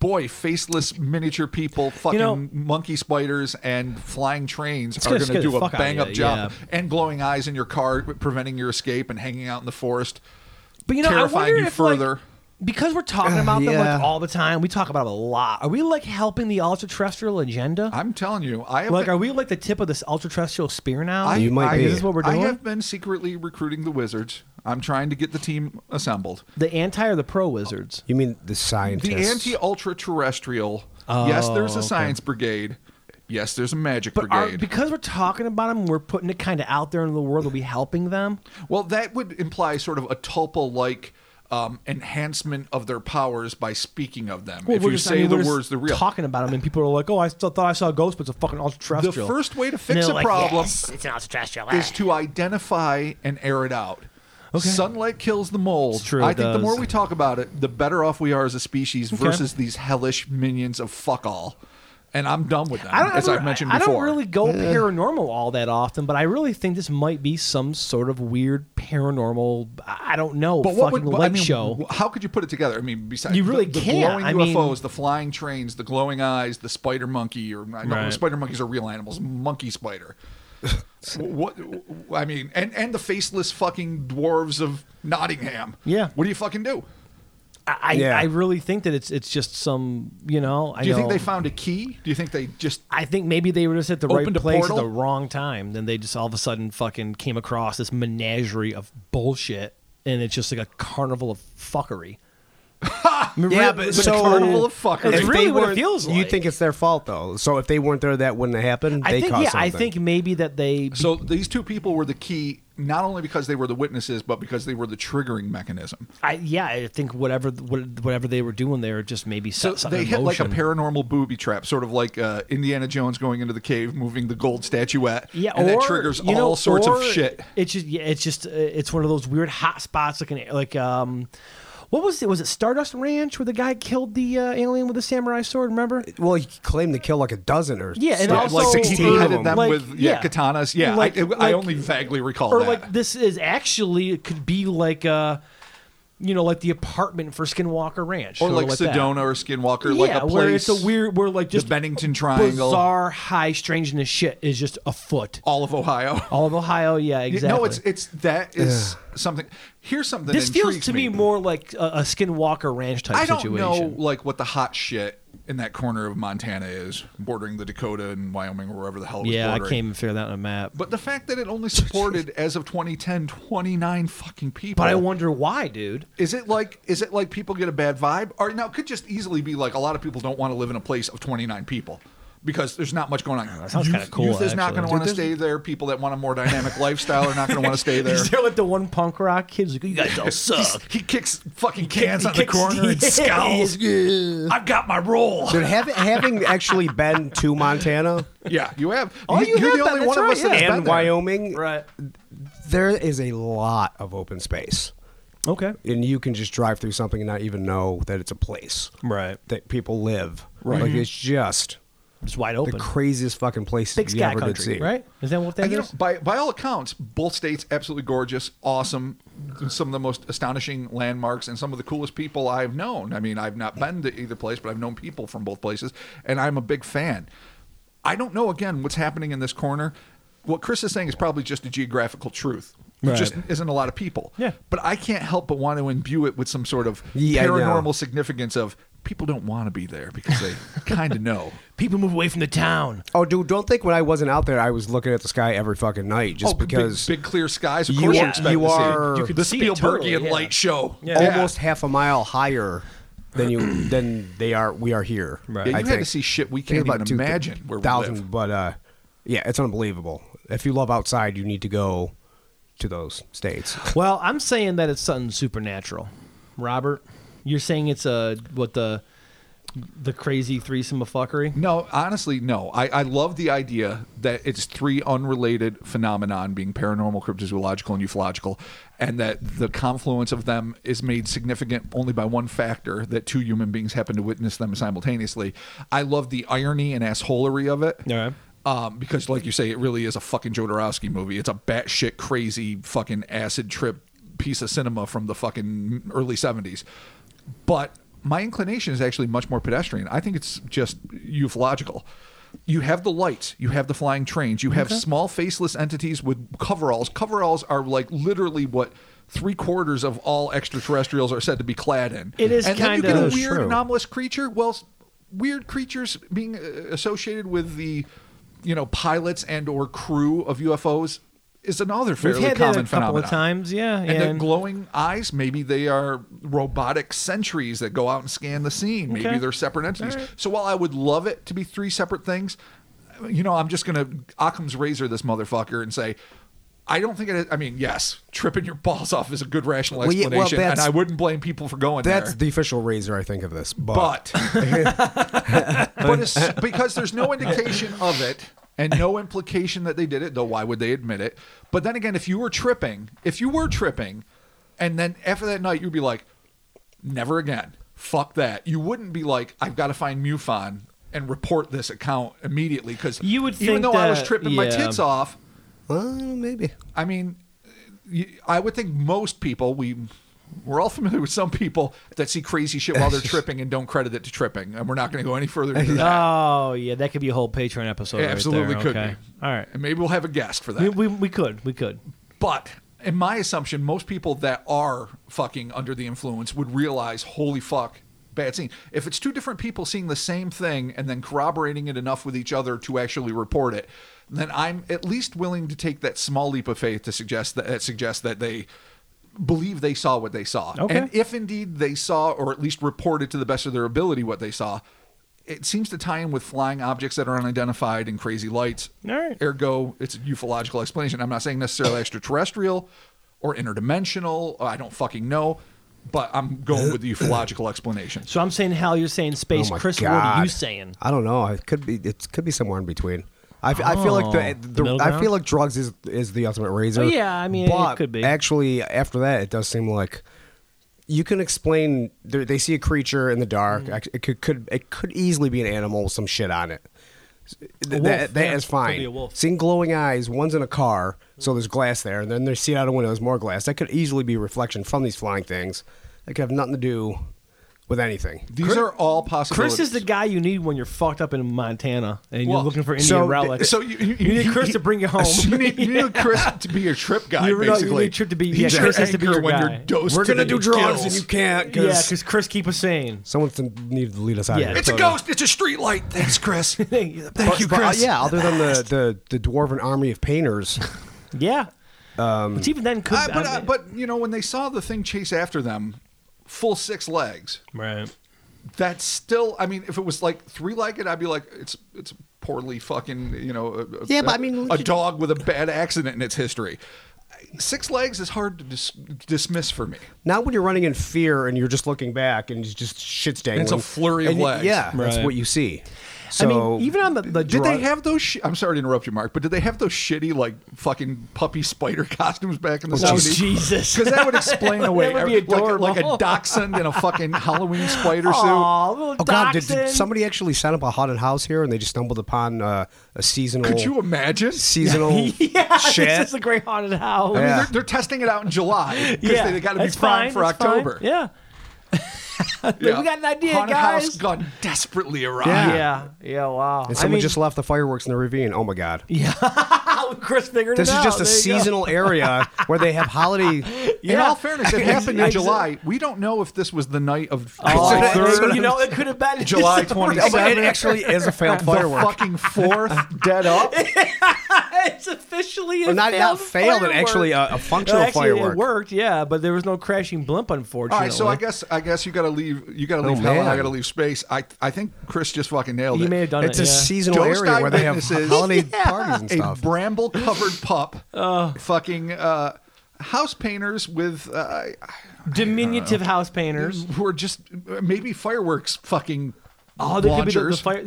Speaker 3: Boy, faceless miniature people, fucking
Speaker 1: know-
Speaker 3: monkey spiders, and flying trains are
Speaker 1: gonna
Speaker 3: going to
Speaker 1: scare
Speaker 3: do
Speaker 1: the
Speaker 3: a
Speaker 1: fuck out of
Speaker 3: bang
Speaker 1: you,
Speaker 3: up job.
Speaker 1: yeah.
Speaker 3: And glowing eyes in your car, preventing your escape, and hanging out in the forest.
Speaker 1: But you know, I
Speaker 3: Terrifying
Speaker 1: wonder
Speaker 3: you
Speaker 1: if like,
Speaker 3: further.
Speaker 1: because we're talking about them
Speaker 2: yeah.
Speaker 1: like all the time. We talk about them a lot. Are we like helping the ultra terrestrial agenda?
Speaker 3: I'm telling you, I have
Speaker 1: like,
Speaker 3: been-
Speaker 1: are we like the tip of this ultra terrestrial spear now?
Speaker 3: I,
Speaker 2: You might
Speaker 3: I,
Speaker 2: be.
Speaker 1: Is this what we're doing?
Speaker 3: I have been secretly recruiting the wizards. I'm trying to get the team assembled.
Speaker 1: the anti or the pro wizards?
Speaker 2: You mean the scientists?
Speaker 3: The anti ultra terrestrial. yes, there's a science brigade. Yes, there's a magic
Speaker 1: Oh, But are,
Speaker 3: brigade.
Speaker 1: because we're talking about them, we're putting it kind of out there in the world. Are we helping them?
Speaker 3: well, that would imply sort of a Tulpa like um, enhancement of their powers by speaking of them. if
Speaker 1: we're
Speaker 3: you
Speaker 1: just- I
Speaker 3: say
Speaker 1: mean, we're
Speaker 3: the
Speaker 1: just
Speaker 3: words, the real.
Speaker 1: talking about them, and people are like, "Oh, I still thought I saw a ghost, but it's a fucking
Speaker 3: the
Speaker 1: ultra-terrestrial."
Speaker 3: first way to
Speaker 1: And
Speaker 3: fix
Speaker 1: they're
Speaker 3: a
Speaker 1: like,
Speaker 3: problem
Speaker 1: "Yes, it's an ultra-terrestrial."
Speaker 3: is to identify and air it out. Sunlight kills the mold.
Speaker 1: It's true,
Speaker 3: I
Speaker 1: it
Speaker 3: think the
Speaker 1: does.
Speaker 3: more we talk about it, the better off we are as a species versus these hellish minions of fuck all. And I'm done with them,
Speaker 1: I don't,
Speaker 3: as
Speaker 1: I
Speaker 3: I've
Speaker 1: don't-
Speaker 3: mentioned
Speaker 1: I
Speaker 3: before.
Speaker 1: don't really go paranormal all that often, but I really think this might be some sort of weird paranormal. I I don't know,
Speaker 3: but
Speaker 1: fucking
Speaker 3: what would, but, I
Speaker 1: light
Speaker 3: mean,
Speaker 1: show.
Speaker 3: w- How could you put it together? I mean, besides
Speaker 1: You really
Speaker 3: the, the
Speaker 1: can't.
Speaker 3: glowing
Speaker 1: I mean-
Speaker 3: UFOs, the flying trains, the glowing eyes, the spider monkey, or I know
Speaker 1: Right.
Speaker 3: spider monkeys are real animals, monkey spider. what I mean, and and the faceless fucking dwarves of Nottingham.
Speaker 1: Yeah.
Speaker 3: what do you fucking do?
Speaker 1: I, I,
Speaker 2: Yeah.
Speaker 1: I really think that it's it's just some you know. I
Speaker 3: Do you
Speaker 1: know,
Speaker 3: think they found a key? Do you think they just
Speaker 1: I think maybe they were just at the right
Speaker 3: Opened a
Speaker 1: place at
Speaker 3: portal?
Speaker 1: the wrong time. Then they just all of a sudden fucking came across this menagerie of bullshit, and it's just like a carnival of fucking fuckery.
Speaker 2: Yeah, but
Speaker 3: a
Speaker 2: so
Speaker 3: carnival of fuckery?
Speaker 1: It's
Speaker 2: if
Speaker 1: really
Speaker 2: they
Speaker 1: what it
Speaker 2: weren't-
Speaker 1: feels
Speaker 2: You
Speaker 1: like.
Speaker 2: think it's their fault though? So if they weren't there, that wouldn't have happened.
Speaker 1: I
Speaker 2: they
Speaker 1: think
Speaker 2: caused
Speaker 1: yeah, I
Speaker 2: something.
Speaker 1: think maybe that they
Speaker 3: So these two people were the key, not only because they were the witnesses, but because they were the triggering mechanism.
Speaker 1: I yeah, I think whatever what- whatever they were doing there just maybe
Speaker 3: So
Speaker 1: set something
Speaker 3: they
Speaker 1: in
Speaker 3: hit like a
Speaker 1: motion.
Speaker 3: paranormal booby trap, sort of like uh, Indiana Jones going into the cave, moving the gold statuette.
Speaker 1: Yeah,
Speaker 3: and
Speaker 1: or,
Speaker 3: that triggers
Speaker 1: you know,
Speaker 3: all sorts
Speaker 1: or
Speaker 3: of shit.
Speaker 1: It's just yeah, it's just uh, it's one of those weird hot spots like an like um. What was it? Was it Stardust Ranch where the guy killed the uh, alien with a samurai sword? Remember?
Speaker 2: Well, he claimed to kill like a dozen or
Speaker 1: Yeah, and
Speaker 2: so-
Speaker 1: also-
Speaker 3: like
Speaker 2: sixteen
Speaker 3: he
Speaker 2: of
Speaker 3: headed
Speaker 2: them.
Speaker 3: them
Speaker 1: Like,
Speaker 3: with yeah,
Speaker 1: yeah.
Speaker 3: katanas. Yeah,
Speaker 1: Like-
Speaker 3: I, I
Speaker 1: like-
Speaker 3: only vaguely recall
Speaker 1: Or
Speaker 3: that.
Speaker 1: like this is actually it could be like uh you know, like the apartment for Skinwalker Ranch,
Speaker 3: or
Speaker 1: sorta
Speaker 3: like,
Speaker 1: that.
Speaker 3: Sedona or Skinwalker,
Speaker 1: yeah,
Speaker 3: like a place
Speaker 1: where it's a weird, where like just
Speaker 3: Bennington Triangle.
Speaker 1: bizarre high strangeness shit is just afoot.
Speaker 3: all of Ohio.
Speaker 1: All of Ohio, yeah, exactly.
Speaker 3: No, it's it's that is something. Here's something.
Speaker 1: this
Speaker 3: that
Speaker 1: feels
Speaker 3: intrigues
Speaker 1: to me
Speaker 3: me
Speaker 1: more like a, a Skinwalker Ranch type
Speaker 3: I don't know
Speaker 1: situation.
Speaker 3: like what the hot shit in that corner of Montana is, bordering the Dakota and Wyoming or wherever the hell. It was
Speaker 1: Yeah, I
Speaker 3: bordering.
Speaker 1: can't even figure that on a map. But,
Speaker 3: But the fact that it only supported, as of 2010, 29 fucking people.
Speaker 1: but I wonder why, dude.
Speaker 3: Is it like is it like people get a bad vibe? Or now it could just easily be like a lot of people don't want to live in a place of 29 people. because there's not much going on. That
Speaker 1: sounds kinda cool,
Speaker 3: Youth is not going to
Speaker 1: actually.
Speaker 3: want to stay there. People that want a more dynamic lifestyle are not going to want to stay there.
Speaker 1: Is there like the one punk rock kid? who's Like, you guys all suck.
Speaker 3: He kicks fucking cans
Speaker 1: he
Speaker 3: on the
Speaker 1: kicks-
Speaker 3: corner and
Speaker 1: Yeah.
Speaker 3: scowls. I've got my roll.
Speaker 2: Dude, have, having actually been to Montana
Speaker 3: Yeah, you have.
Speaker 1: Oh, you
Speaker 3: are
Speaker 1: have
Speaker 3: the
Speaker 1: been.
Speaker 3: only
Speaker 1: That's
Speaker 3: one of
Speaker 1: right,
Speaker 3: us that
Speaker 1: yeah.
Speaker 3: has been
Speaker 2: and
Speaker 3: there.
Speaker 2: Wyoming,
Speaker 1: Right.
Speaker 2: there is a lot of open space,
Speaker 1: Okay.
Speaker 2: and you can just drive through something and not even know that it's a place
Speaker 1: Right.
Speaker 2: that people live. Right,
Speaker 3: Mm-hmm.
Speaker 2: like it's just
Speaker 1: It's wide
Speaker 2: the
Speaker 1: open.
Speaker 2: craziest fucking place
Speaker 1: Big
Speaker 2: you
Speaker 1: sky
Speaker 2: ever did
Speaker 1: country,
Speaker 2: see.
Speaker 1: right? Is that what that
Speaker 3: And, Uh, you know,
Speaker 1: is?
Speaker 3: by by all accounts, both states absolutely gorgeous, awesome, some of the most astonishing landmarks, and some of the coolest people I've known. I mean, I've not been to either place, but I've known people from both places, and I'm a big fan. I don't know again what's happening in this corner. What Chris is saying is probably just a geographical truth. There
Speaker 1: Right.
Speaker 3: just isn't a lot of people.
Speaker 1: Yeah.
Speaker 3: But I can't help but want to imbue it with some sort of
Speaker 2: Yeah, I know.
Speaker 3: paranormal significance of people don't want to be there because they kind of know.
Speaker 1: People move away from the town.
Speaker 2: Oh, dude, don't think when I wasn't out there, I was looking at the sky every fucking night just
Speaker 3: oh, big-
Speaker 2: because
Speaker 3: big, clear skies. Of
Speaker 2: you
Speaker 3: course,
Speaker 2: are-
Speaker 3: you expect
Speaker 2: you
Speaker 3: to see it.
Speaker 2: are- You
Speaker 1: could
Speaker 3: the
Speaker 1: see it
Speaker 3: Spielbergian
Speaker 1: totally, yeah.
Speaker 3: light show.
Speaker 1: Yeah.
Speaker 2: almost half a mile higher than you than they are. We are here.
Speaker 1: Right.
Speaker 3: Yeah, you
Speaker 2: I
Speaker 3: had
Speaker 2: think.
Speaker 3: to see shit we
Speaker 2: I think
Speaker 3: can't
Speaker 2: about
Speaker 3: even
Speaker 2: two
Speaker 3: imagine where we
Speaker 2: thousand,
Speaker 3: live.
Speaker 2: but uh, yeah, it's unbelievable. If you love outside, you need to go to those states.
Speaker 1: Well, I'm saying that it's something supernatural, Robert. You're saying it's a what the the crazy threesome of fuckery.
Speaker 3: No, honestly, no. I, I love the idea that it's three unrelated phenomenon being paranormal, cryptozoological, and ufological, and that the confluence of them is made significant only by one factor that two human beings happen to witness them simultaneously. I love the irony and assholery of it.
Speaker 1: All right.
Speaker 3: Um, because, like you say, it really is a fucking Jodorowsky movie. It's a batshit crazy fucking acid trip piece of cinema from the fucking early 70s. But my inclination is actually much more pedestrian. I think it's just ufological. You have the lights, you have the flying trains, you have small faceless entities with coveralls. Coveralls are like literally what three quarters of all extraterrestrials are said to be clad in.
Speaker 1: It is
Speaker 3: and then you
Speaker 1: kinda-
Speaker 3: get a
Speaker 1: That is
Speaker 3: weird
Speaker 2: true.
Speaker 3: anomalous creature. Well, s- weird creatures being uh, associated with the, you know, pilots and or crew of UFOs is another fairly
Speaker 1: We've had that a
Speaker 3: common
Speaker 1: couple
Speaker 3: phenomenon.
Speaker 1: of times, yeah,
Speaker 3: And, the glowing eyes, maybe they are robotic sentries that go out and scan the scene. Maybe
Speaker 1: Okay.
Speaker 3: they're separate entities.
Speaker 1: All right.
Speaker 3: So while I would love it to be three separate things, you know, I'm just gonna Occam's razor this motherfucker and say. I don't think it. I mean, yes, tripping your balls off is a good rational
Speaker 2: Well, yeah, well,
Speaker 3: explanation, and
Speaker 2: that's-
Speaker 3: I wouldn't blame people for going there
Speaker 2: That's the official razor, I think, of this. But,
Speaker 3: but it's, because there's no indication of it and no implication that they did it, though why would they admit it? But then again, if you were tripping, if you were tripping, and then after that night you'd be like, never again, fuck that. You wouldn't be like, I've got to find MUFON and report this account immediately because
Speaker 1: You would
Speaker 3: even
Speaker 1: think
Speaker 3: though I was
Speaker 1: that-
Speaker 3: tripping my
Speaker 1: yeah.
Speaker 3: tits off,
Speaker 2: well, maybe.
Speaker 3: I mean, you- I would think most people we we're all familiar with some people that see crazy shit while they're tripping and don't credit it to tripping, and we're not going to go any further. Into that.
Speaker 1: Oh yeah, that could be a whole Patreon episode.
Speaker 3: It
Speaker 1: right
Speaker 3: absolutely
Speaker 1: there.
Speaker 3: could
Speaker 1: Okay.
Speaker 3: be.
Speaker 1: All right.
Speaker 3: And maybe we'll have a guest for that.
Speaker 1: We, we, we could we could.
Speaker 3: but in my assumption, most people that are fucking under the influence would realize, holy fuck, bad scene. If it's two different people seeing the same thing and then corroborating it enough with each other to actually report it, then I'm at least willing to take that small leap of faith to suggest that, that suggests that they believe they saw what they saw.
Speaker 1: Okay.
Speaker 3: And if indeed they saw or at least reported to the best of their ability what they saw, it seems to tie in with flying objects that are unidentified and crazy lights.
Speaker 1: All right.
Speaker 3: Ergo, it's a ufological explanation. I'm not saying necessarily extraterrestrial or interdimensional. I don't fucking know, but I'm going with the ufological explanation.
Speaker 1: Uh, So I'm saying Hal, you're saying space.
Speaker 2: Oh my
Speaker 1: Chris,
Speaker 2: God.
Speaker 1: what are you saying?
Speaker 2: I don't know. It could be. It could be somewhere in between. I, f- I feel
Speaker 1: Oh,
Speaker 2: like
Speaker 1: the
Speaker 2: the, the,
Speaker 1: middle
Speaker 2: I
Speaker 1: ground?
Speaker 2: feel like drugs is is the ultimate razor.
Speaker 1: Oh, yeah, I mean, it
Speaker 2: But
Speaker 1: could be.
Speaker 2: Actually, after that, it does seem like you can explain. They they see a creature in the dark.
Speaker 1: Mm-hmm.
Speaker 2: Act- It could, could it could easily be an animal with some shit on it. Th-
Speaker 1: wolf,
Speaker 2: that that
Speaker 1: yeah.
Speaker 2: is
Speaker 1: Could
Speaker 2: fine.
Speaker 1: be a wolf.
Speaker 2: Seeing glowing eyes. One's in a car, so there's glass there, and then they see it out a window. There's more glass. That could easily be a reflection from these flying things. That could have nothing to do with anything.
Speaker 3: These are all possibilities.
Speaker 1: Chris is the guy you need when you're fucked up in Montana and you're
Speaker 3: Well,
Speaker 1: looking for Indian
Speaker 2: so-
Speaker 1: relics.
Speaker 3: so you- you-
Speaker 1: you need Chris to bring you home.
Speaker 3: You need, you need Chris to be your trip guy,
Speaker 1: You- no, you
Speaker 3: basically.
Speaker 1: need Chip to be-
Speaker 3: He's
Speaker 1: yeah,
Speaker 3: your
Speaker 1: Chris has to be
Speaker 3: anchor
Speaker 1: your
Speaker 3: when
Speaker 1: guy.
Speaker 3: you're dosed
Speaker 2: We're
Speaker 3: to
Speaker 2: gonna
Speaker 3: the
Speaker 2: do drugs,
Speaker 3: gills.
Speaker 2: and you can't.
Speaker 1: yeah,
Speaker 2: Cause
Speaker 1: because Chris keep us sane.
Speaker 2: Someone to- needed to lead us out
Speaker 1: Yeah.
Speaker 2: of here.
Speaker 3: It's a
Speaker 1: Totally.
Speaker 3: ghost. It's a street light. Thanks, Chris. Thank
Speaker 1: Thank
Speaker 3: you,
Speaker 2: But, uh,
Speaker 3: Chris.
Speaker 2: yeah, other than the, the, the dwarven army of painters,
Speaker 1: Yeah. Which even then could.
Speaker 3: Uh, but,
Speaker 1: I
Speaker 3: uh,
Speaker 1: mean-
Speaker 3: but, you know, when they saw the thing chase after them, full six legs,
Speaker 1: right.
Speaker 3: that's still i mean if it was like three legged i'd be like it's it's poorly fucking you know a, a-
Speaker 2: Yeah, but I mean, look
Speaker 3: a
Speaker 2: at-
Speaker 3: dog with a bad accident in its history. Six legs is hard to dis- dismiss for me.
Speaker 2: Not when you're running in fear and you're just looking back and it's just shit's dangling.
Speaker 3: a flurry of
Speaker 2: And y-
Speaker 3: legs.
Speaker 2: Yeah, that's
Speaker 1: Right.
Speaker 2: what you see.
Speaker 1: I
Speaker 2: So
Speaker 1: mean, even on the, the
Speaker 3: Did
Speaker 1: drug-
Speaker 3: they have those? Sh- I'm sorry to interrupt you, Mark, but did they have those shitty like fucking puppy spider costumes back in the
Speaker 1: Oh,
Speaker 3: 70s?
Speaker 1: Jesus.
Speaker 3: Because that would explain away
Speaker 1: would be
Speaker 3: every- like,
Speaker 1: adorable.
Speaker 3: like a dachshund in a fucking Halloween spider suit.
Speaker 1: Aw, little
Speaker 2: oh god, did, did
Speaker 1: dachshund.
Speaker 2: somebody actually set up a haunted house here and they just stumbled upon uh, a seasonal?
Speaker 3: Could you imagine?
Speaker 2: seasonal
Speaker 1: yeah,
Speaker 2: shit?
Speaker 1: this is a great haunted house.
Speaker 2: Yeah.
Speaker 3: They're, they're testing it out in July because
Speaker 1: Yeah,
Speaker 3: they, got to be
Speaker 1: that's fine,
Speaker 3: primed for
Speaker 1: that's fine.
Speaker 3: October.
Speaker 1: Yeah.
Speaker 3: Yeah.
Speaker 1: We got an idea,
Speaker 3: Haunted
Speaker 1: guys.
Speaker 3: House gone desperately awry.
Speaker 2: Yeah.
Speaker 1: Yeah. Yeah. Wow.
Speaker 2: and
Speaker 1: I
Speaker 2: someone
Speaker 1: mean,
Speaker 2: just left the fireworks in the ravine. Oh my god.
Speaker 1: Chris figured
Speaker 2: This
Speaker 1: it
Speaker 2: is
Speaker 1: out.
Speaker 2: just a
Speaker 1: There you go.
Speaker 2: seasonal area where they have holiday.
Speaker 3: In
Speaker 1: Yeah.
Speaker 3: all fairness, it happened in
Speaker 1: Exa-
Speaker 3: July. We don't know if this was the night of
Speaker 1: Oh,
Speaker 3: July
Speaker 1: so,
Speaker 3: 3rd,
Speaker 1: you know, it could have been
Speaker 3: July
Speaker 1: it's-
Speaker 3: 27th.
Speaker 2: it actually is a failed
Speaker 3: the
Speaker 2: firework.
Speaker 3: fucking 4th, dead up.
Speaker 1: It's officially a
Speaker 2: Or not, not failed, it
Speaker 1: firework.
Speaker 2: actually uh, a, a
Speaker 1: Well,
Speaker 2: functional
Speaker 1: actually, it
Speaker 2: firework.
Speaker 1: worked, yeah, but there was no crashing blimp, unfortunately.
Speaker 3: All right, so I guess I guess you got to leave. You got to leave
Speaker 2: Oh,
Speaker 3: hell, and I
Speaker 2: man.
Speaker 3: got to leave space. I I think Chris just fucking nailed it.
Speaker 1: He may have done
Speaker 2: It's
Speaker 1: it.
Speaker 2: a
Speaker 1: yeah.
Speaker 2: seasonal
Speaker 3: Ghost
Speaker 2: area
Speaker 3: eye
Speaker 2: where they have
Speaker 3: witnesses.
Speaker 2: holiday parties and
Speaker 3: a
Speaker 2: stuff.
Speaker 3: bramble covered pup, fucking uh, house painters with uh,
Speaker 1: Diminutive house painters.
Speaker 3: who are just maybe fireworks fucking.
Speaker 1: Oh, there could be the, the
Speaker 3: launchers.
Speaker 1: fire,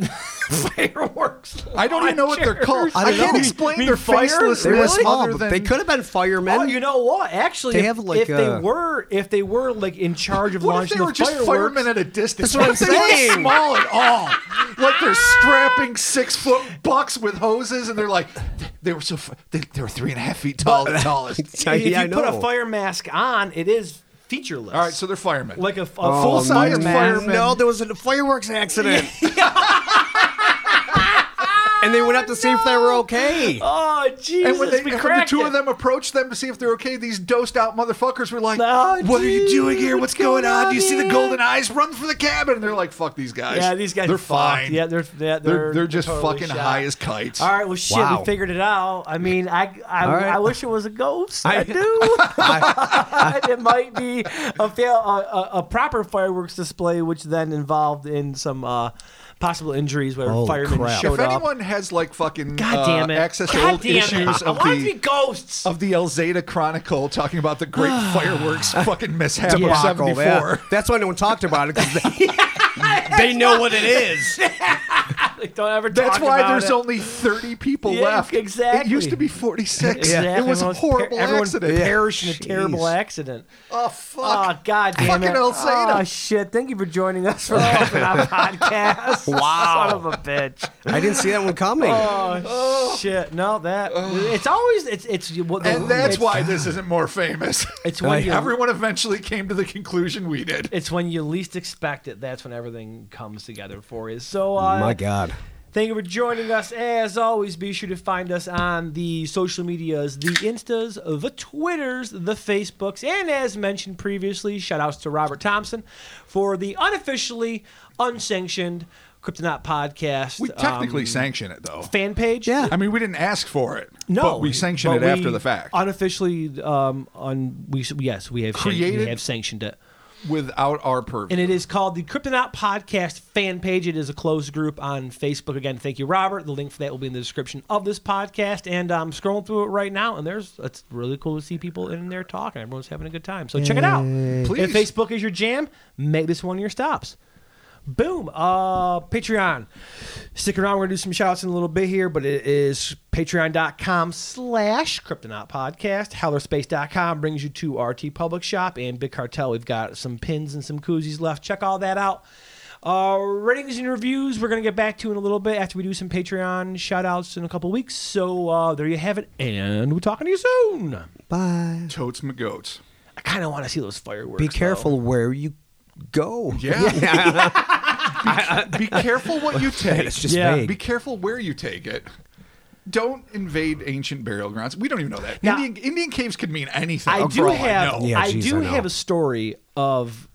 Speaker 1: fireworks.
Speaker 3: I don't even know what they're called.
Speaker 1: launchers.
Speaker 3: I,
Speaker 2: I don't
Speaker 3: can't
Speaker 2: know.
Speaker 3: explain
Speaker 1: Mean
Speaker 3: their
Speaker 1: fire?
Speaker 3: facelessness.
Speaker 2: they were small,
Speaker 3: other
Speaker 2: but
Speaker 3: than
Speaker 2: they could have been firemen.
Speaker 1: Oh, you know what? Actually,
Speaker 2: They
Speaker 1: if,
Speaker 2: have, like,
Speaker 1: if they
Speaker 2: a-
Speaker 1: were if they were like in charge of
Speaker 3: uh, What
Speaker 1: launching
Speaker 3: if they were
Speaker 1: the
Speaker 3: just
Speaker 1: fireworks,
Speaker 3: firemen at a distance?
Speaker 2: That's what I'm
Speaker 3: if they weren't
Speaker 2: saying.
Speaker 3: small at all? Like they're strapping six foot bucks with hoses, and they're like, they were so f- they, they were three and a half feet tall at tallest.
Speaker 2: Yeah,
Speaker 1: if
Speaker 2: I
Speaker 1: you put a
Speaker 2: know.
Speaker 1: fire mask on, it is featureless.
Speaker 3: All right, so they're firemen.
Speaker 1: like a, a
Speaker 2: Oh,
Speaker 1: full size
Speaker 3: man.
Speaker 1: mask.
Speaker 2: No, there was a fireworks accident. and they went up to see if they were okay.
Speaker 1: Oh Jesus!
Speaker 3: and when, they,
Speaker 1: we
Speaker 3: when the
Speaker 1: cracked
Speaker 3: two
Speaker 1: it.
Speaker 3: of them approached them to see if they're okay, these dosed out motherfuckers were like,
Speaker 1: Oh,
Speaker 3: "What are you
Speaker 1: dude,
Speaker 3: doing here? What's going on? Do you see the
Speaker 1: here?"
Speaker 3: golden eyes? Run for the cabin!" And they're like, "Fuck these guys.
Speaker 1: yeah, these guys
Speaker 3: They're
Speaker 1: are fucked.
Speaker 3: fine.
Speaker 1: Yeah, they're yeah, they're
Speaker 3: they're they're, just
Speaker 1: totally
Speaker 3: fucking
Speaker 1: shot.
Speaker 3: high as kites."
Speaker 1: All right, well, shit,
Speaker 2: Wow.
Speaker 1: we figured it out. I mean, I I,
Speaker 2: All right.
Speaker 1: I wish it was a ghost. I,
Speaker 2: I-
Speaker 1: do. it might be a, fail, a, a a proper fireworks display, which then involved in some uh, possible injuries where
Speaker 2: Holy
Speaker 1: firemen
Speaker 2: crap.
Speaker 1: showed
Speaker 3: If
Speaker 1: up.
Speaker 3: anyone has like fucking
Speaker 1: God damn
Speaker 3: uh,
Speaker 1: it!
Speaker 3: access to
Speaker 1: God
Speaker 3: old
Speaker 1: damn it.
Speaker 3: issues of
Speaker 1: I want it to be
Speaker 3: the
Speaker 1: ghosts.
Speaker 3: of the Elzada Chronicle talking about the great fireworks fucking mishap of
Speaker 2: Debacle,
Speaker 3: '74.
Speaker 2: yeah. That's why no one talked about it because they, they know what it is.
Speaker 1: Like, don't ever.
Speaker 3: That's
Speaker 1: talk
Speaker 3: why
Speaker 1: about
Speaker 3: there's
Speaker 1: it.
Speaker 3: only 30 people
Speaker 1: Yeah,
Speaker 3: left. It
Speaker 1: exactly.
Speaker 3: used to be 46.
Speaker 1: Exactly.
Speaker 3: It was
Speaker 1: Everyone's
Speaker 3: a
Speaker 1: per-
Speaker 3: horrible
Speaker 1: everyone
Speaker 3: accident.
Speaker 1: perished in a terrible
Speaker 2: Jeez.
Speaker 1: accident.
Speaker 3: Oh fuck!
Speaker 1: Oh God damn
Speaker 3: Fucking
Speaker 1: it!
Speaker 3: Alcina.
Speaker 1: Oh shit! Thank you for joining us for the Open Up podcast.
Speaker 2: Wow.
Speaker 1: son of a bitch.
Speaker 2: I didn't see that one coming.
Speaker 1: Oh, shit! No, that it's always it's it's what
Speaker 3: and that's
Speaker 1: it's,
Speaker 3: why this isn't more famous.
Speaker 1: it's when you
Speaker 3: Everyone eventually came to the conclusion we did.
Speaker 1: it's when you least expect it. That's when everything comes together for you. So uh,
Speaker 2: My God.
Speaker 1: Thank you for joining us. As always, be sure to find us on the social medias, the Instas, the Twitters, the Facebooks, and as mentioned previously, shout outs to Robert Thompson for the unofficially unsanctioned Kryptonaut podcast.
Speaker 3: We technically
Speaker 1: um,
Speaker 3: sanction it though.
Speaker 1: fan page.
Speaker 2: Yeah.
Speaker 3: I mean, we didn't ask for it.
Speaker 1: No,
Speaker 3: but we sanction
Speaker 1: but
Speaker 3: it after
Speaker 1: we
Speaker 3: the fact
Speaker 1: Unofficially, um, on we yes, we have created,
Speaker 3: Created-
Speaker 1: we have sanctioned it.
Speaker 3: without our purview.
Speaker 1: And it is called the Kryptonaut Podcast fan page. It is a closed group on Facebook. Again, thank you, Robert. The link for that will be in the description of this podcast. And I'm scrolling through it right now, and there's it's really cool to see people in there talking. Everyone's having a good time. So check it out.
Speaker 3: Please.
Speaker 1: If Facebook is your jam, make this one of your stops. Boom. Uh, Patreon. Stick around. We're going to do some shout outs in a little bit here, but it is patreon.com slash kryptonaut podcast. Hellerspace.com brings you to RT Public Shop and Big Cartel. We've got some pins and some koozies left. Check all that out. Uh, ratings and reviews, we're going to get back to in a little bit after we do some Patreon shout outs in a couple weeks. So uh, there you have it. And we're talking to you soon.
Speaker 2: Bye.
Speaker 3: Totes my goats.
Speaker 1: I kind of want to see those fireworks.
Speaker 2: Be
Speaker 1: though.
Speaker 2: careful where you go.
Speaker 3: Yeah. be, be careful what you take.
Speaker 2: It's just
Speaker 1: Yeah.
Speaker 2: vague.
Speaker 3: Be careful where you take it. Don't invade ancient burial grounds. We don't even know that.
Speaker 1: Now-
Speaker 3: Indian, Indian caves could mean anything.
Speaker 1: I
Speaker 3: for
Speaker 1: do
Speaker 3: all
Speaker 1: have I,
Speaker 3: know.
Speaker 2: Yeah, geez,
Speaker 1: do
Speaker 2: I know.
Speaker 1: have a story of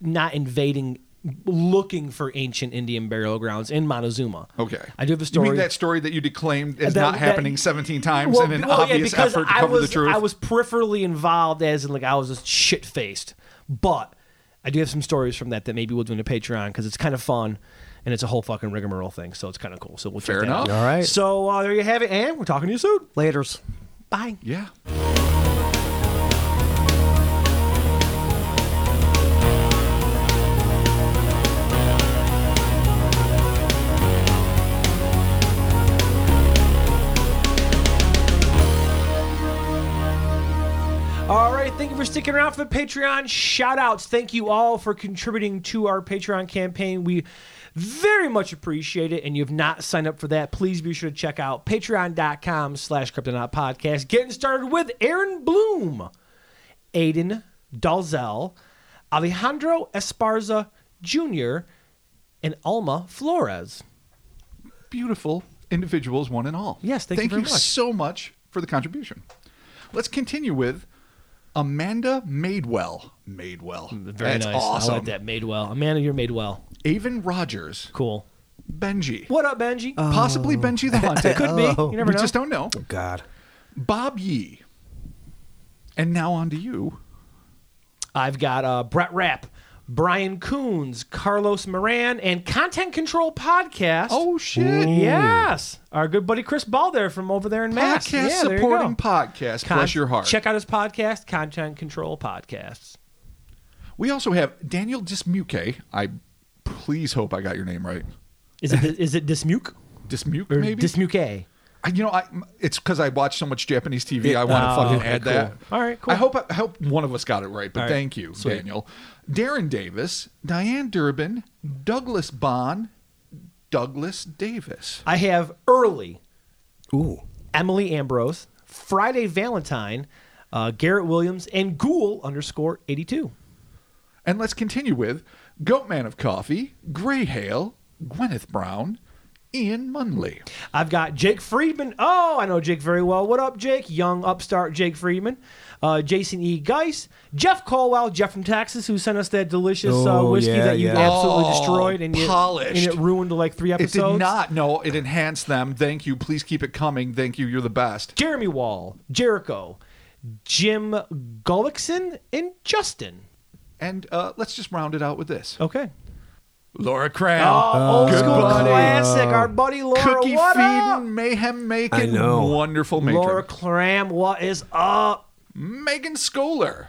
Speaker 1: not invading looking for ancient Indian burial grounds in Montezuma.
Speaker 3: Okay.
Speaker 1: I do have a
Speaker 3: You
Speaker 1: story.
Speaker 3: mean that story that you declaimed as
Speaker 1: That-
Speaker 3: not
Speaker 1: that-
Speaker 3: happening 17 times
Speaker 1: Well,
Speaker 3: in an
Speaker 1: well, yeah,
Speaker 3: obvious
Speaker 1: because
Speaker 3: effort to
Speaker 1: I
Speaker 3: cover
Speaker 1: was-
Speaker 3: the truth?
Speaker 1: I was peripherally involved as in like I was just shit faced. But I do have some stories from that that maybe we'll do in a Patreon because it's kind of fun. and it's a whole fucking rigmarole thing. So it's kind of cool. So we'll check
Speaker 3: Fair
Speaker 1: that out.
Speaker 3: enough.
Speaker 2: All right.
Speaker 1: So uh, there you have it, and we're talking to you soon.
Speaker 2: Later's.
Speaker 1: Bye.
Speaker 3: Yeah.
Speaker 1: All right, thank you for sticking around for the Patreon shout outs. Thank you all for contributing to our Patreon campaign. We very much appreciate it. And you've not signed up for that, please be sure to check out patreon.com slash kryptonaut podcast. Getting started with Aaron Bloom, Aiden Dalzell, Alejandro Esparza Jr., and Alma Flores.
Speaker 3: Beautiful individuals, one and all.
Speaker 1: Yes, thank you very much.
Speaker 3: so much for the contribution. Let's continue with Amanda Madewell. Madewell.
Speaker 1: Mm, Very
Speaker 3: That's
Speaker 1: nice.
Speaker 3: awesome.
Speaker 1: I like that. Made well. Amanda, you're made well.
Speaker 3: Avon Rogers.
Speaker 1: Cool.
Speaker 3: Benji.
Speaker 1: What up, Benji?
Speaker 3: Uh, Possibly Benji the Haunted.
Speaker 1: Could be. You never
Speaker 3: we
Speaker 1: know.
Speaker 3: just don't know.
Speaker 2: Oh, God.
Speaker 3: Bob Yee. And now on to you.
Speaker 1: I've got uh, Brett Rapp, Brian Coons, Carlos Moran, and Content Control Podcast.
Speaker 3: Oh shit.
Speaker 1: yes, our good buddy Chris Ball there from over there in Mass.
Speaker 3: Podcast
Speaker 1: yeah, there you
Speaker 3: supporting
Speaker 1: go.
Speaker 3: podcast.
Speaker 1: Con-
Speaker 3: Bless your heart.
Speaker 1: Check out his podcast, Content Control Podcasts.
Speaker 3: We also have Daniel Dismuke. I please hope I got your name right.
Speaker 1: Is it is it Dismuke
Speaker 3: Dismuke,
Speaker 1: or
Speaker 3: maybe.
Speaker 1: Dismuke?
Speaker 3: I, you know, I, it's because I watch so much Japanese TV. I want to
Speaker 1: Oh,
Speaker 3: fucking
Speaker 1: okay,
Speaker 3: add
Speaker 1: cool.
Speaker 3: that.
Speaker 1: All right, cool.
Speaker 3: I hope I hope one of us got it right, but
Speaker 1: All right,
Speaker 3: thank you,
Speaker 1: sweet.
Speaker 3: Daniel. Darren Davis, Diane Durbin, Douglas Bond, Douglas Davis.
Speaker 1: I have early
Speaker 2: Ooh.
Speaker 1: Emily Ambrose, Friday Valentine, uh, Garrett Williams, and Ghoul underscore eighty two.
Speaker 3: And let's continue with Goatman of Coffee, Gray Hale, Gwyneth Brown, Ian Munley.
Speaker 1: I've got Jake Friedman. Oh, I know Jake very well. What up, Jake? Young upstart Jake Friedman. Uh, Jason E. Geis, Jeff Colwell, Jeff from Texas, who sent us that delicious uh,
Speaker 2: Oh,
Speaker 1: whiskey
Speaker 2: yeah,
Speaker 1: that you
Speaker 2: yeah.
Speaker 1: absolutely
Speaker 3: Oh,
Speaker 1: destroyed and you, and
Speaker 3: polished.
Speaker 1: it ruined like three
Speaker 3: It
Speaker 1: episodes.
Speaker 3: did not. No, it enhanced them. Thank you. Please keep it coming. Thank you. You're the best.
Speaker 1: Jeremy Wall, Jericho, Jim Gullickson, and Justin.
Speaker 3: And uh, let's just round it out with this.
Speaker 1: Okay.
Speaker 3: Laura
Speaker 1: Oh,
Speaker 3: Cram.
Speaker 1: old
Speaker 3: good
Speaker 1: school
Speaker 3: buddy.
Speaker 1: classic. Our buddy Laura.
Speaker 3: Cookie
Speaker 1: what up?
Speaker 3: feeding, mayhem
Speaker 2: I
Speaker 3: making,
Speaker 2: know.
Speaker 3: wonderful matron.
Speaker 1: Laura Clam, what is up?
Speaker 3: Megan Scholar,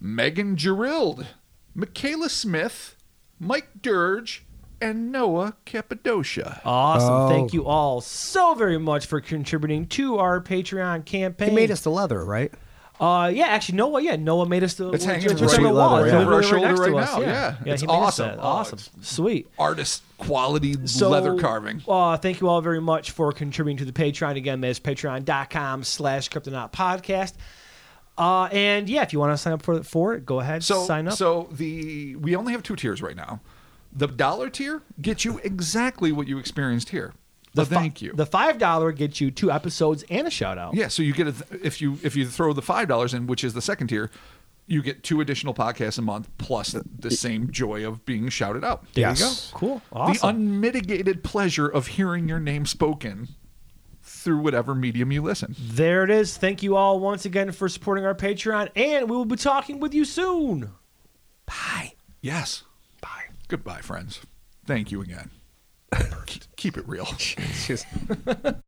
Speaker 3: Megan Gerild, Michaela Smith, Mike Dirge, and Noah Cappadocia.
Speaker 1: Awesome.
Speaker 2: Oh.
Speaker 1: Thank you all so very much for contributing to our Patreon campaign.
Speaker 2: He made us the leather, right?
Speaker 1: Uh, yeah, actually, Noah. Yeah, Noah made us the.
Speaker 3: It's hanging
Speaker 1: it's
Speaker 3: right
Speaker 1: on the
Speaker 2: over
Speaker 1: wall. It's
Speaker 2: our
Speaker 1: literally
Speaker 3: shoulder
Speaker 1: next to
Speaker 3: right
Speaker 1: us,
Speaker 3: now. Yeah. It's
Speaker 1: he made us
Speaker 3: awesome.
Speaker 1: that.
Speaker 3: Oh,
Speaker 1: Awesome. Sweet.
Speaker 3: Artist quality
Speaker 1: So,
Speaker 3: leather carving.
Speaker 1: Uh, thank you all very much for contributing to the Patreon. Again, that's patreon.com slash kryptonaut podcast. Uh, and yeah, if you want to sign up for, for it, go ahead,
Speaker 3: So
Speaker 1: sign up.
Speaker 3: So the we only have two tiers right now. The dollar tier gets you exactly what you experienced here.
Speaker 1: the
Speaker 3: The
Speaker 1: fi-
Speaker 3: thank you.
Speaker 1: The $5 gets you two episodes and a shout out.
Speaker 3: Yeah, so you get a th- if you if you throw the five dollars in, which is the second tier, you get two additional podcasts a month plus the same joy of being shouted out.
Speaker 2: There you Yes.
Speaker 1: go. Cool.
Speaker 3: The
Speaker 1: Awesome.
Speaker 3: unmitigated pleasure of hearing your name spoken through whatever medium you listen.
Speaker 1: There it is. Thank you all once again for supporting our Patreon, and we will be talking with you soon. Bye.
Speaker 3: Yes. Bye. Goodbye, friends. Thank you again. Keep- Keep it real.
Speaker 2: Just-